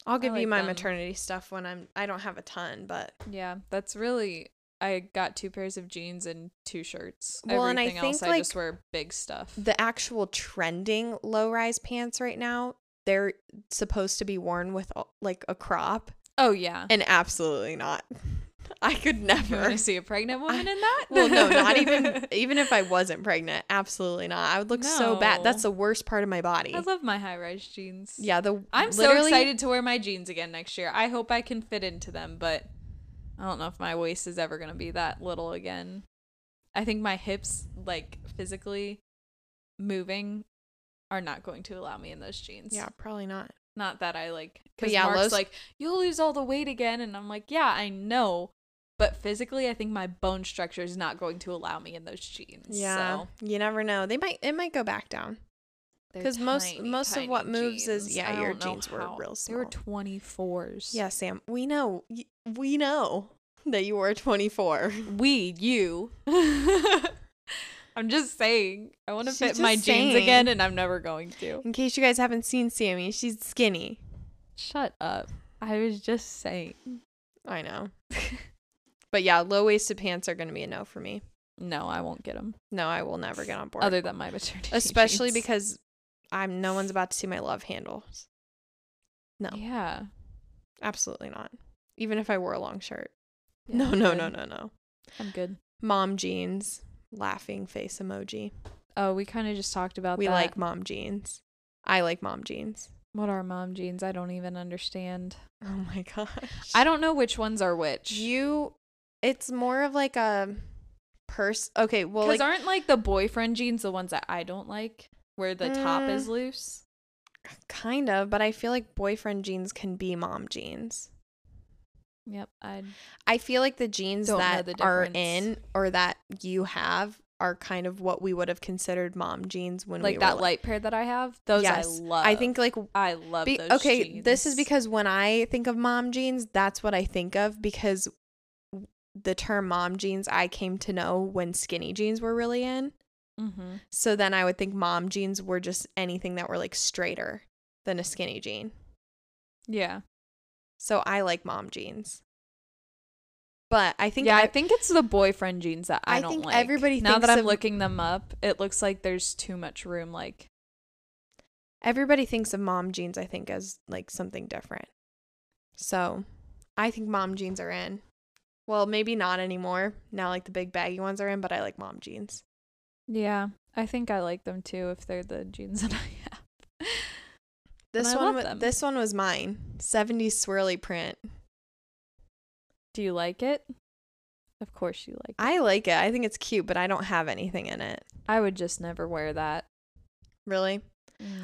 Speaker 1: I'll give
Speaker 2: like
Speaker 1: you my
Speaker 2: them.
Speaker 1: maternity stuff when I'm I don't have a ton, but
Speaker 2: Yeah, that's really. I got two pairs of jeans and two shirts.
Speaker 1: Well, and I
Speaker 2: Everything else,
Speaker 1: think,
Speaker 2: I
Speaker 1: like,
Speaker 2: just wear big stuff.
Speaker 1: the actual trending low-rise pants right now, they're supposed to be worn with uh, like a crop
Speaker 2: oh yeah,
Speaker 1: and absolutely not. I could
Speaker 2: you want
Speaker 1: never.
Speaker 2: to see a pregnant woman
Speaker 1: I-
Speaker 2: in that?
Speaker 1: Well, no, not even even if I wasn't pregnant, absolutely not. I would look so bad. That's
Speaker 2: No.
Speaker 1: the worst part of my body.
Speaker 2: I love my high-rise jeans.
Speaker 1: yeah, the
Speaker 2: I'm so
Speaker 1: literally-
Speaker 2: excited to wear my jeans again next year. I hope I can fit into them, but I don't know if my waist is ever going to be that little again. I think my hips, like physically moving, are not going to allow me in those jeans.
Speaker 1: Yeah, probably not.
Speaker 2: Not that I like,
Speaker 1: But
Speaker 2: because
Speaker 1: yeah,
Speaker 2: Mark's
Speaker 1: lows-
Speaker 2: like, you'll lose all the weight again. And I'm like, yeah, I know. But physically, I think my bone structure is not going to allow me in those jeans.
Speaker 1: Yeah,
Speaker 2: So
Speaker 1: you never know. They might it might go back down.
Speaker 2: they're
Speaker 1: 'Cause most-
Speaker 2: tiny,
Speaker 1: most of
Speaker 2: tiny
Speaker 1: what moves is-
Speaker 2: jeans.
Speaker 1: yeah,
Speaker 2: I
Speaker 1: your
Speaker 2: don't know
Speaker 1: jeans were real
Speaker 2: They were
Speaker 1: small.
Speaker 2: 24s.
Speaker 1: Yeah, Sam, we know y- we know that you were 24.
Speaker 2: we you i'm just saying i want to
Speaker 1: She's
Speaker 2: fit my
Speaker 1: just
Speaker 2: jeans again
Speaker 1: saying.
Speaker 2: and i'm never going to
Speaker 1: In case you guys haven't seen Sammy, she's skinny.
Speaker 2: shut up i was just saying
Speaker 1: I know. but yeah, low-waisted pants are going to be a no for me.
Speaker 2: no i won't get them
Speaker 1: No, I will never get on board.
Speaker 2: other than my maternity
Speaker 1: Especially
Speaker 2: jeans.
Speaker 1: because I'm no one's about to see my love handles. No.
Speaker 2: yeah,
Speaker 1: Absolutely not. Even if I wore a long shirt.
Speaker 2: Yeah,
Speaker 1: no,
Speaker 2: I'm
Speaker 1: no,
Speaker 2: good.
Speaker 1: no, no, no.
Speaker 2: i'm good
Speaker 1: Mom jeans, laughing face emoji.
Speaker 2: oh we kind of just talked about
Speaker 1: we
Speaker 2: that.
Speaker 1: like mom jeans. I like mom jeans.
Speaker 2: what are mom jeans i don't even understand
Speaker 1: Oh my gosh.
Speaker 2: i don't know which ones are which
Speaker 1: you it's more of like a purse. Okay, well
Speaker 2: because
Speaker 1: like
Speaker 2: aren't like the boyfriend jeans the ones that i don't like where the top
Speaker 1: Mm.
Speaker 2: is loose
Speaker 1: kind of, but I feel like boyfriend jeans can be mom jeans.
Speaker 2: yep i
Speaker 1: I feel like the jeans
Speaker 2: Don't know
Speaker 1: that
Speaker 2: the
Speaker 1: are
Speaker 2: difference.
Speaker 1: in or that you have are kind of what we would have considered mom jeans when we
Speaker 2: like
Speaker 1: were
Speaker 2: that
Speaker 1: li-
Speaker 2: light pair that I have. Those
Speaker 1: yes.
Speaker 2: I love.
Speaker 1: I think like
Speaker 2: I love
Speaker 1: Be-
Speaker 2: those.
Speaker 1: okay, this is
Speaker 2: jeans.
Speaker 1: because when I think of mom jeans, that's what I think of because w- the term mom jeans I came to know when skinny jeans were really in.
Speaker 2: Mhm.
Speaker 1: So then I would think mom jeans were just anything that were like straighter than a skinny jean.
Speaker 2: yeah,
Speaker 1: So I like mom jeans. But I think
Speaker 2: yeah. I,
Speaker 1: I-
Speaker 2: think it's the boyfriend jeans that I,
Speaker 1: I
Speaker 2: don't
Speaker 1: think
Speaker 2: like.
Speaker 1: everybody
Speaker 2: now that
Speaker 1: thinks
Speaker 2: I'm
Speaker 1: of-
Speaker 2: looking them up, it looks like there's too much room. Like
Speaker 1: everybody thinks of mom jeans I think as like something different. So I think mom jeans are in. Well, maybe not anymore. Now like the big baggy ones are in, but I like mom jeans.
Speaker 2: yeah, I think I like them too if they're the jeans that I have. and
Speaker 1: This
Speaker 2: I
Speaker 1: one,
Speaker 2: love
Speaker 1: wa-
Speaker 2: them.
Speaker 1: this one was mine. 70s swirly print.
Speaker 2: Do you like it? Of course you like.
Speaker 1: I like it. I think it's cute, but I don't have anything in it.
Speaker 2: It. I would just never wear that.
Speaker 1: Really?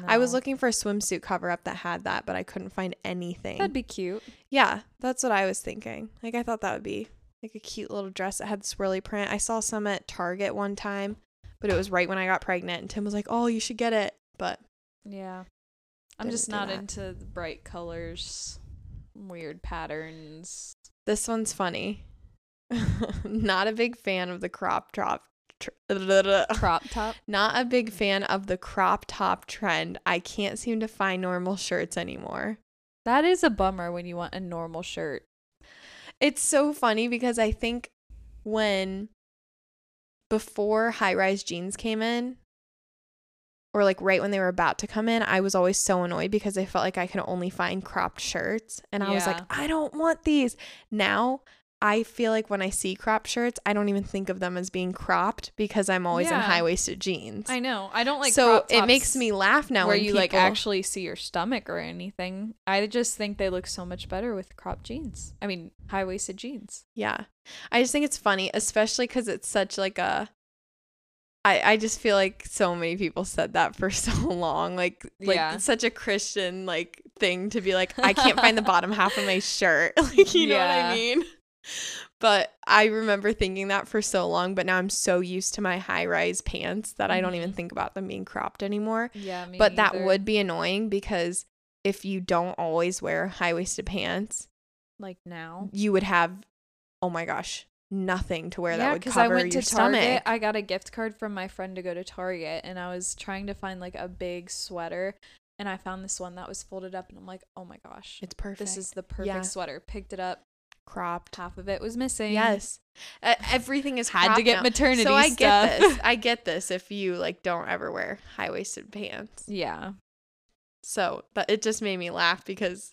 Speaker 1: I was
Speaker 2: No.
Speaker 1: looking for a swimsuit cover up that had that, but I couldn't find anything.
Speaker 2: That'd be cute.
Speaker 1: yeah, that's what I was thinking. Like I thought that would be like a cute little dress that had the swirly print. I saw some at Target one time, but it was right when I got pregnant and Tim was like, "Oh, you should get it." But
Speaker 2: Yeah. I'm
Speaker 1: Didn't
Speaker 2: just
Speaker 1: do
Speaker 2: not
Speaker 1: that.
Speaker 2: into the bright colors, weird patterns.
Speaker 1: this one's funny. Not a big fan of the crop top. Tr-
Speaker 2: Crop top.
Speaker 1: Not a big fan of the crop top trend. I can't seem to find normal shirts anymore.
Speaker 2: That is a bummer when you want a normal shirt.
Speaker 1: It's so funny because I think when before high rise jeans came in, or like right when they were about to come in, I was always so annoyed because I felt like I could only find cropped shirts. And I was like,
Speaker 2: Yeah.
Speaker 1: I don't want these. Now I feel like when I see cropped shirts, I don't even think of them as being cropped because I'm always in
Speaker 2: Yeah.
Speaker 1: high waisted jeans.
Speaker 2: I know. I don't like
Speaker 1: so
Speaker 2: crop
Speaker 1: it makes
Speaker 2: tops
Speaker 1: me laugh now
Speaker 2: where
Speaker 1: when
Speaker 2: you like
Speaker 1: people-
Speaker 2: actually see your stomach or anything. I just think they look so much better with cropped jeans. I mean, high waisted jeans.
Speaker 1: Yeah. I just think it's funny, especially because it's such like a. I, I just feel like so many people said that for so long. Like like
Speaker 2: Yeah.
Speaker 1: it's such a Christian like thing to be like, I can't find the bottom half of my shirt. Like you know what I
Speaker 2: Yeah.
Speaker 1: mean? But I remember thinking that for so long, but now I'm so used to my high rise pants that I don't even think about them being cropped anymore
Speaker 2: Yeah, Mm-hmm. me
Speaker 1: but that
Speaker 2: either.
Speaker 1: would be annoying because if you don't always wear high waisted pants,
Speaker 2: like now.
Speaker 1: you would have oh my gosh, nothing to wear that
Speaker 2: yeah,
Speaker 1: would
Speaker 2: because
Speaker 1: cover
Speaker 2: I went
Speaker 1: your
Speaker 2: to Target.
Speaker 1: stomach.
Speaker 2: I got a gift card from my friend to go to Target, and I was trying to find like a big sweater, and I found this one that was folded up, and I'm like, oh my gosh,
Speaker 1: it's perfect.
Speaker 2: this is the perfect
Speaker 1: Yeah.
Speaker 2: sweater. Picked it up,
Speaker 1: cropped.
Speaker 2: half of it was missing.
Speaker 1: Yes, uh, everything is
Speaker 2: had to
Speaker 1: cropped
Speaker 2: get
Speaker 1: now.
Speaker 2: maternity
Speaker 1: So I
Speaker 2: stuff.
Speaker 1: get this. I get this. If you like, don't ever wear high waisted pants.
Speaker 2: yeah,
Speaker 1: So that it just made me laugh because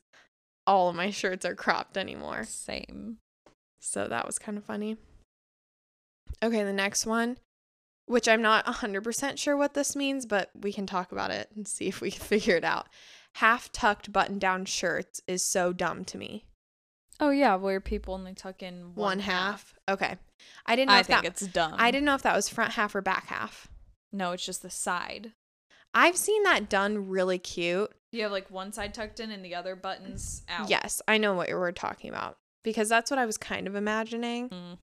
Speaker 1: all of my shirts are cropped anymore.
Speaker 2: same.
Speaker 1: So that was kind of funny. Okay, the next one, which I'm not 100% sure what this means, but we can talk about it and see if we can figure it out. Half tucked button down shirts is so dumb to me.
Speaker 2: Oh yeah, where people only tuck in
Speaker 1: One, half. Okay. I didn't know
Speaker 2: I
Speaker 1: if
Speaker 2: think
Speaker 1: that,
Speaker 2: it's dumb.
Speaker 1: I didn't know if that was front half or back half.
Speaker 2: No, it's just the side.
Speaker 1: I've seen that done really cute.
Speaker 2: You have like one side tucked in and the other buttons out.
Speaker 1: Yes, I know what you were talking about because that's what I was kind of imagining.
Speaker 2: Mm.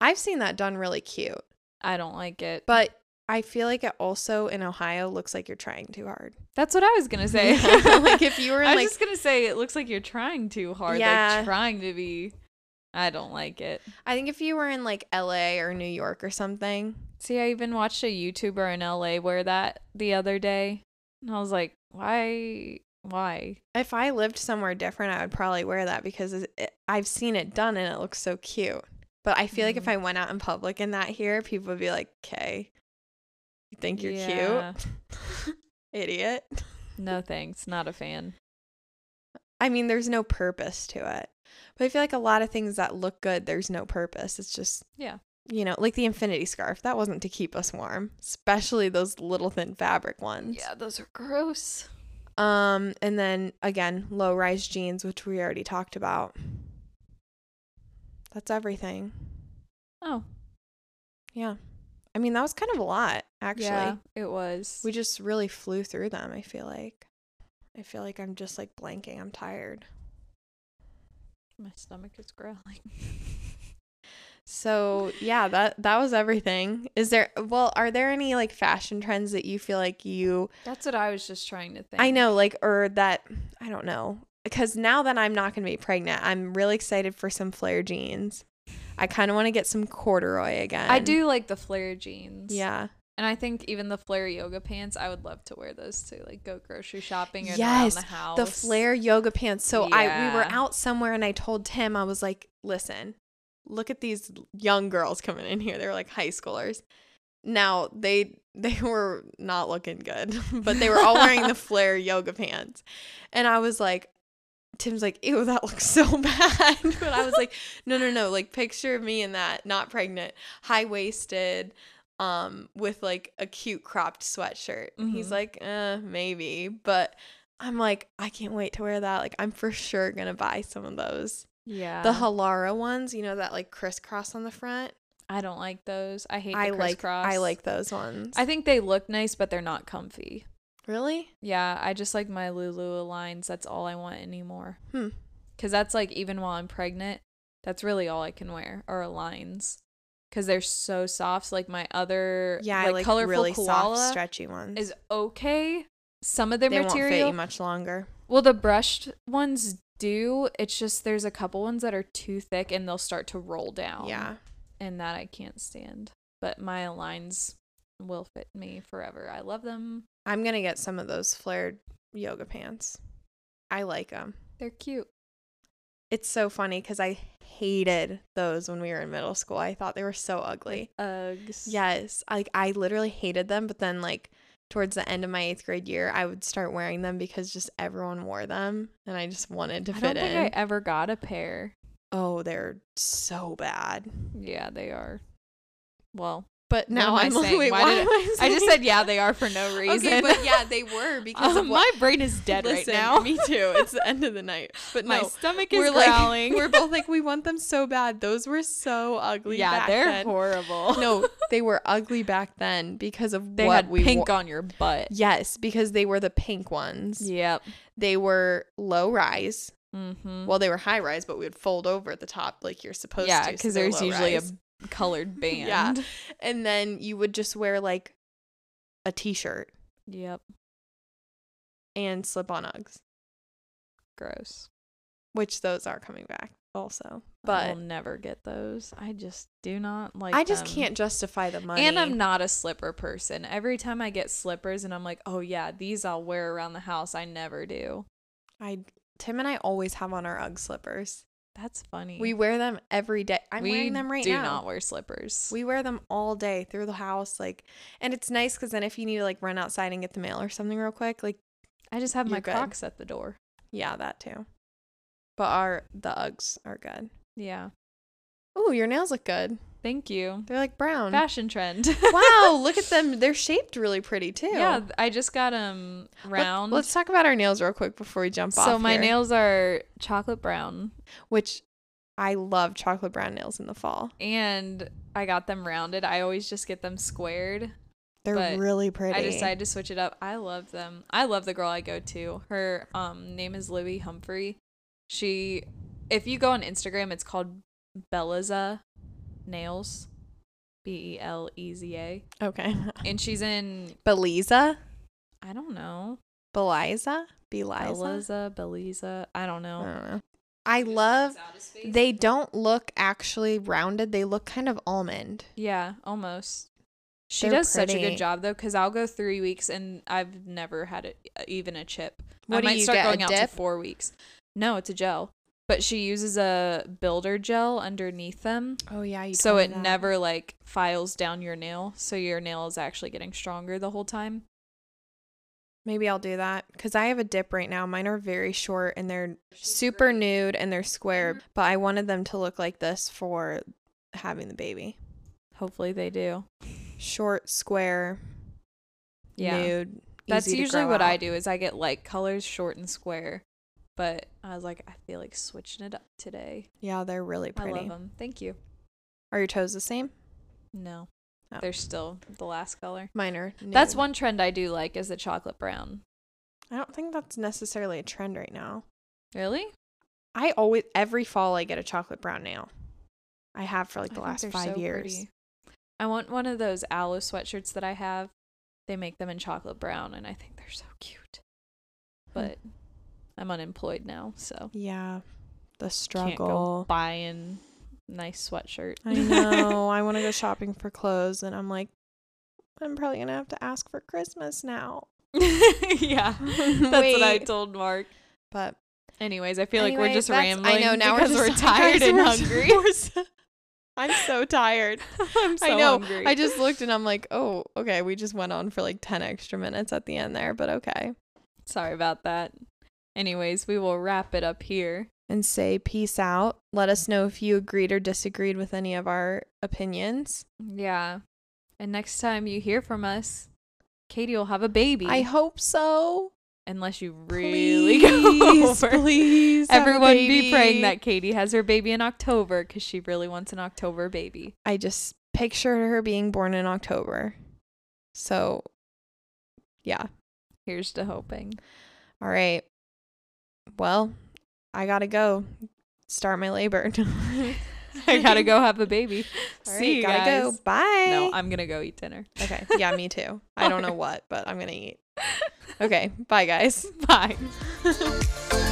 Speaker 1: I've seen that done really cute,
Speaker 2: I don't like it.
Speaker 1: but I feel like it also in Ohio looks like you're trying too hard.
Speaker 2: That's what I was gonna say.
Speaker 1: Yeah, like if you were in
Speaker 2: I was
Speaker 1: like
Speaker 2: just gonna say it looks like you're trying too hard.
Speaker 1: Yeah.
Speaker 2: Like trying to be I don't like it.
Speaker 1: I think if you were in like LA or New York or something.
Speaker 2: See, I even watched a YouTuber in LA wear that the other day. And I was like, why why?
Speaker 1: If I lived somewhere different, I would probably wear that because it, it- I've seen it done and it looks so cute. But I feel like if
Speaker 2: Mhm.
Speaker 1: I went out in public in that here, people would be like, "Okay, you think you're
Speaker 2: Yeah.
Speaker 1: cute, idiot."
Speaker 2: No thanks, not a fan.
Speaker 1: I mean, there's no purpose to it. But I feel like a lot of things that look good, there's no purpose. It's just
Speaker 2: Yeah.
Speaker 1: you know, like the infinity scarf. That wasn't to keep us warm, especially those little thin fabric ones.
Speaker 2: Yeah, those are gross.
Speaker 1: Um, and then again, low rise jeans, which we already talked about. That's everything.
Speaker 2: Oh.
Speaker 1: Yeah. I mean, that was kind of a lot, actually.
Speaker 2: yeah, it was.
Speaker 1: We just really flew through them, I feel like. I feel like I'm just like blanking. I'm tired.
Speaker 2: My stomach is growling.
Speaker 1: So, yeah, that that was everything. Is there well, are there any like fashion trends that you feel like you
Speaker 2: That's what I was just trying to think.
Speaker 1: I know, like, or that I don't know, because now that I'm not going to be pregnant, I'm really excited for some flare jeans. I kind of want to get some corduroy again.
Speaker 2: I do like the flare jeans.
Speaker 1: Yeah.
Speaker 2: And I think even the flare yoga pants, I would love to wear those to like go grocery shopping or
Speaker 1: Yes,
Speaker 2: around the house.
Speaker 1: The flare yoga pants. So I we were
Speaker 2: Yeah.
Speaker 1: out somewhere and I told Tim I was like, "Listen, look at these young girls coming in here. They're like high schoolers." Now, they they were not looking good, but they were all wearing the flare yoga pants. And I was like, Tim's like, ew, that looks so bad. But I was like, no, no, no. Like, picture me in that, not pregnant, high waisted, um, with like a cute cropped sweatshirt. And he's
Speaker 2: Mhm.
Speaker 1: like, eh, maybe. But I'm like, I can't wait to wear that. Like, I'm for sure gonna buy some of those.
Speaker 2: Yeah.
Speaker 1: The Halara ones, you know, that like crisscross on the front.
Speaker 2: I don't like those. I hate the
Speaker 1: I like
Speaker 2: crisscross.
Speaker 1: I like those ones.
Speaker 2: I think they look nice, but they're not comfy.
Speaker 1: really?
Speaker 2: Yeah, I just like my Lulu lines. That's all I want anymore.
Speaker 1: Hmm.
Speaker 2: Cause that's like even while I'm pregnant, that's really all I can wear are lines. Cause they're so soft. So, Like my other
Speaker 1: Yeah,
Speaker 2: like,
Speaker 1: I like
Speaker 2: colorful
Speaker 1: really
Speaker 2: koala
Speaker 1: soft, stretchy ones.
Speaker 2: is okay. Some of their
Speaker 1: they won't fit
Speaker 2: material
Speaker 1: you much longer.
Speaker 2: Well, the brushed ones do. It's just there's a couple ones that are too thick and they'll start to roll down.
Speaker 1: Yeah.
Speaker 2: And that I can't stand. But my lines will fit me forever. I love them.
Speaker 1: I'm gonna get some of those flared yoga pants. I like them.
Speaker 2: They're cute.
Speaker 1: It's so funny because I hated those when we were in middle school. I thought they were so ugly.
Speaker 2: Uggs.
Speaker 1: Yes, I- like I literally hated them, but then like towards the end of my eighth grade year, I would start wearing them because just everyone wore them, and I just wanted to
Speaker 2: I
Speaker 1: fit
Speaker 2: don't think
Speaker 1: in.
Speaker 2: I ever got a pair.
Speaker 1: oh, they're so bad.
Speaker 2: Yeah, they are. Well,
Speaker 1: But
Speaker 2: What am
Speaker 1: now
Speaker 2: I
Speaker 1: I'm
Speaker 2: saying?
Speaker 1: wait,
Speaker 2: Why
Speaker 1: why
Speaker 2: did
Speaker 1: am I,
Speaker 2: I just
Speaker 1: saying
Speaker 2: said yeah, they are for no
Speaker 1: that?
Speaker 2: reason.
Speaker 1: Okay, but yeah, they were because
Speaker 2: Um,
Speaker 1: of what
Speaker 2: my brain is dead
Speaker 1: Listen,
Speaker 2: right now.
Speaker 1: Me too. It's the end of the night. But
Speaker 2: My
Speaker 1: no,
Speaker 2: stomach is
Speaker 1: we're
Speaker 2: growling.
Speaker 1: like we're both like we want them so bad. Those were so ugly.
Speaker 2: yeah,
Speaker 1: back
Speaker 2: they're
Speaker 1: then.
Speaker 2: horrible.
Speaker 1: no, they were ugly back then because of
Speaker 2: they
Speaker 1: what
Speaker 2: had
Speaker 1: we
Speaker 2: pink
Speaker 1: wo-
Speaker 2: on your butt.
Speaker 1: Yes, because they were the pink ones.
Speaker 2: Yep.
Speaker 1: They were low rise.
Speaker 2: Mm-hmm.
Speaker 1: Well, they were high rise, but we would fold over at the top like you're supposed to.
Speaker 2: yeah,
Speaker 1: so
Speaker 2: because
Speaker 1: they're
Speaker 2: there's
Speaker 1: low
Speaker 2: usually
Speaker 1: rise.
Speaker 2: a colored band.
Speaker 1: Yeah. and then you would just wear like a t-shirt
Speaker 2: Yep.
Speaker 1: and slip-on Uggs,
Speaker 2: Gross.
Speaker 1: which those are coming back also.
Speaker 2: But
Speaker 1: But
Speaker 2: I'll never get those. I just do not like.
Speaker 1: I just
Speaker 2: them.
Speaker 1: can't justify the money.
Speaker 2: And I'm not a slipper person. Every time I get slippers and I'm like, oh yeah, these I'll wear around the house. I never do.
Speaker 1: I Tim and I always have on our UGG slippers.
Speaker 2: That's funny.
Speaker 1: We wear them every day. I'm
Speaker 2: We
Speaker 1: wearing them right
Speaker 2: do
Speaker 1: now.
Speaker 2: not wear slippers.
Speaker 1: We wear them all day through the house, like, and it's nice because then if you need to like run outside and get the mail or something real quick, like,
Speaker 2: I just have my
Speaker 1: You're good.
Speaker 2: Crocs at the door.
Speaker 1: yeah, that too. But our the Uggs are good.
Speaker 2: Yeah.
Speaker 1: Ooh, your nails look good.
Speaker 2: Thank you.
Speaker 1: They're like brown.
Speaker 2: Fashion trend.
Speaker 1: wow, look at them. They're shaped really pretty too.
Speaker 2: yeah, th- I just got um
Speaker 1: Let-
Speaker 2: round.
Speaker 1: Let's talk about our nails real quick before we jump off.
Speaker 2: so my
Speaker 1: here,
Speaker 2: nails are chocolate brown,
Speaker 1: which I love chocolate brown nails in the fall.
Speaker 2: and I got them rounded. I always just get them squared.
Speaker 1: They're
Speaker 2: But
Speaker 1: really pretty.
Speaker 2: I decided to switch it up. I love them. I love the girl I go to. Her um name is Libby Humphrey. She if you go on Instagram, it's called Bellaza Nails. B E L E Z A.
Speaker 1: Okay.
Speaker 2: And she's in
Speaker 1: Beliza,
Speaker 2: I don't know.
Speaker 1: Beliza, Beliza. Oh.
Speaker 2: Bellaza, Beliza. I don't
Speaker 1: I
Speaker 2: know.
Speaker 1: don't know. I love. They don't look actually rounded. They look kind of almond.
Speaker 2: Yeah, almost. She
Speaker 1: They're
Speaker 2: does such a
Speaker 1: pretty.
Speaker 2: good job though, because I'll go three weeks and I've never had it, uh, even a chip. I
Speaker 1: What do
Speaker 2: might
Speaker 1: you
Speaker 2: start
Speaker 1: get, a
Speaker 2: going out
Speaker 1: dip?
Speaker 2: to four weeks. No, it's a gel, but she uses a builder gel underneath them,
Speaker 1: Oh yeah, you
Speaker 2: so it never like files down your nail, so your nail is actually getting stronger the whole time.
Speaker 1: Maybe I'll do that because I have a dip right now. Mine are very short and they're super nude and they're square. But I wanted them to look like this for having the baby.
Speaker 2: Hopefully they do.
Speaker 1: Short, square,
Speaker 2: Yeah,
Speaker 1: nude.
Speaker 2: that's
Speaker 1: easy to
Speaker 2: usually
Speaker 1: grow
Speaker 2: what I
Speaker 1: out.
Speaker 2: do. Is I get like colors short and square, but I was like, I feel like switching it up today.
Speaker 1: Yeah, they're really
Speaker 2: I
Speaker 1: pretty.
Speaker 2: love them. Thank you.
Speaker 1: Are your toes the same?
Speaker 2: No.
Speaker 1: Oh.
Speaker 2: They're still the last color.
Speaker 1: Mine are.
Speaker 2: That's
Speaker 1: nude.
Speaker 2: one trend I do like is the chocolate brown.
Speaker 1: I don't think that's necessarily a trend right now.
Speaker 2: Really?
Speaker 1: I always every fall I get a chocolate brown nail. I have for like
Speaker 2: I
Speaker 1: the
Speaker 2: think
Speaker 1: last
Speaker 2: they're
Speaker 1: five
Speaker 2: so
Speaker 1: years.
Speaker 2: pretty. I want one of those aloe sweatshirts that I have. They make them in chocolate brown and I think they're so cute.
Speaker 1: Hmm.
Speaker 2: But I'm unemployed now, so
Speaker 1: Yeah, the
Speaker 2: can't go
Speaker 1: struggle.
Speaker 2: buying nice sweatshirt.
Speaker 1: I know. I want to go shopping for clothes, and I'm like, I'm probably gonna have to ask for Christmas now.
Speaker 2: yeah. That's what I
Speaker 1: Wait.
Speaker 2: told Mark.
Speaker 1: But
Speaker 2: Anyways, I feel like we're
Speaker 1: anyway,
Speaker 2: just
Speaker 1: that's-
Speaker 2: rambling.
Speaker 1: I know now
Speaker 2: because
Speaker 1: we're,
Speaker 2: we're,
Speaker 1: just,
Speaker 2: tired
Speaker 1: guys,
Speaker 2: and
Speaker 1: we're-
Speaker 2: hungry.
Speaker 1: we're so- I'm so tired.
Speaker 2: I'm so
Speaker 1: I know.
Speaker 2: hungry.
Speaker 1: I just looked and I'm like, oh, okay. We just went on for like ten extra minutes at the end there, but okay.
Speaker 2: Sorry about that. Anyways, we will wrap it up here.
Speaker 1: And say peace out. Let us know if you agreed or disagreed with any of our opinions.
Speaker 2: Yeah. And next time you hear from us, Katie will have a baby.
Speaker 1: I hope so.
Speaker 2: unless you really go
Speaker 1: please,
Speaker 2: over.
Speaker 1: please have a
Speaker 2: Everyone be praying
Speaker 1: baby.
Speaker 2: that Katie has her baby in October because she really wants an October baby.
Speaker 1: I just pictured her being born in October. So, yeah.
Speaker 2: Here's to hoping.
Speaker 1: All right. Well, I gotta go start my labor.
Speaker 2: I gotta go have a baby.
Speaker 1: All
Speaker 2: See you
Speaker 1: right, gotta
Speaker 2: guys.
Speaker 1: go. Bye.
Speaker 2: No, I'm gonna go eat dinner.
Speaker 1: okay. Yeah, me too. I don't know
Speaker 2: Alright.
Speaker 1: what, but I'm gonna eat. Okay. Bye, guys.
Speaker 2: Bye.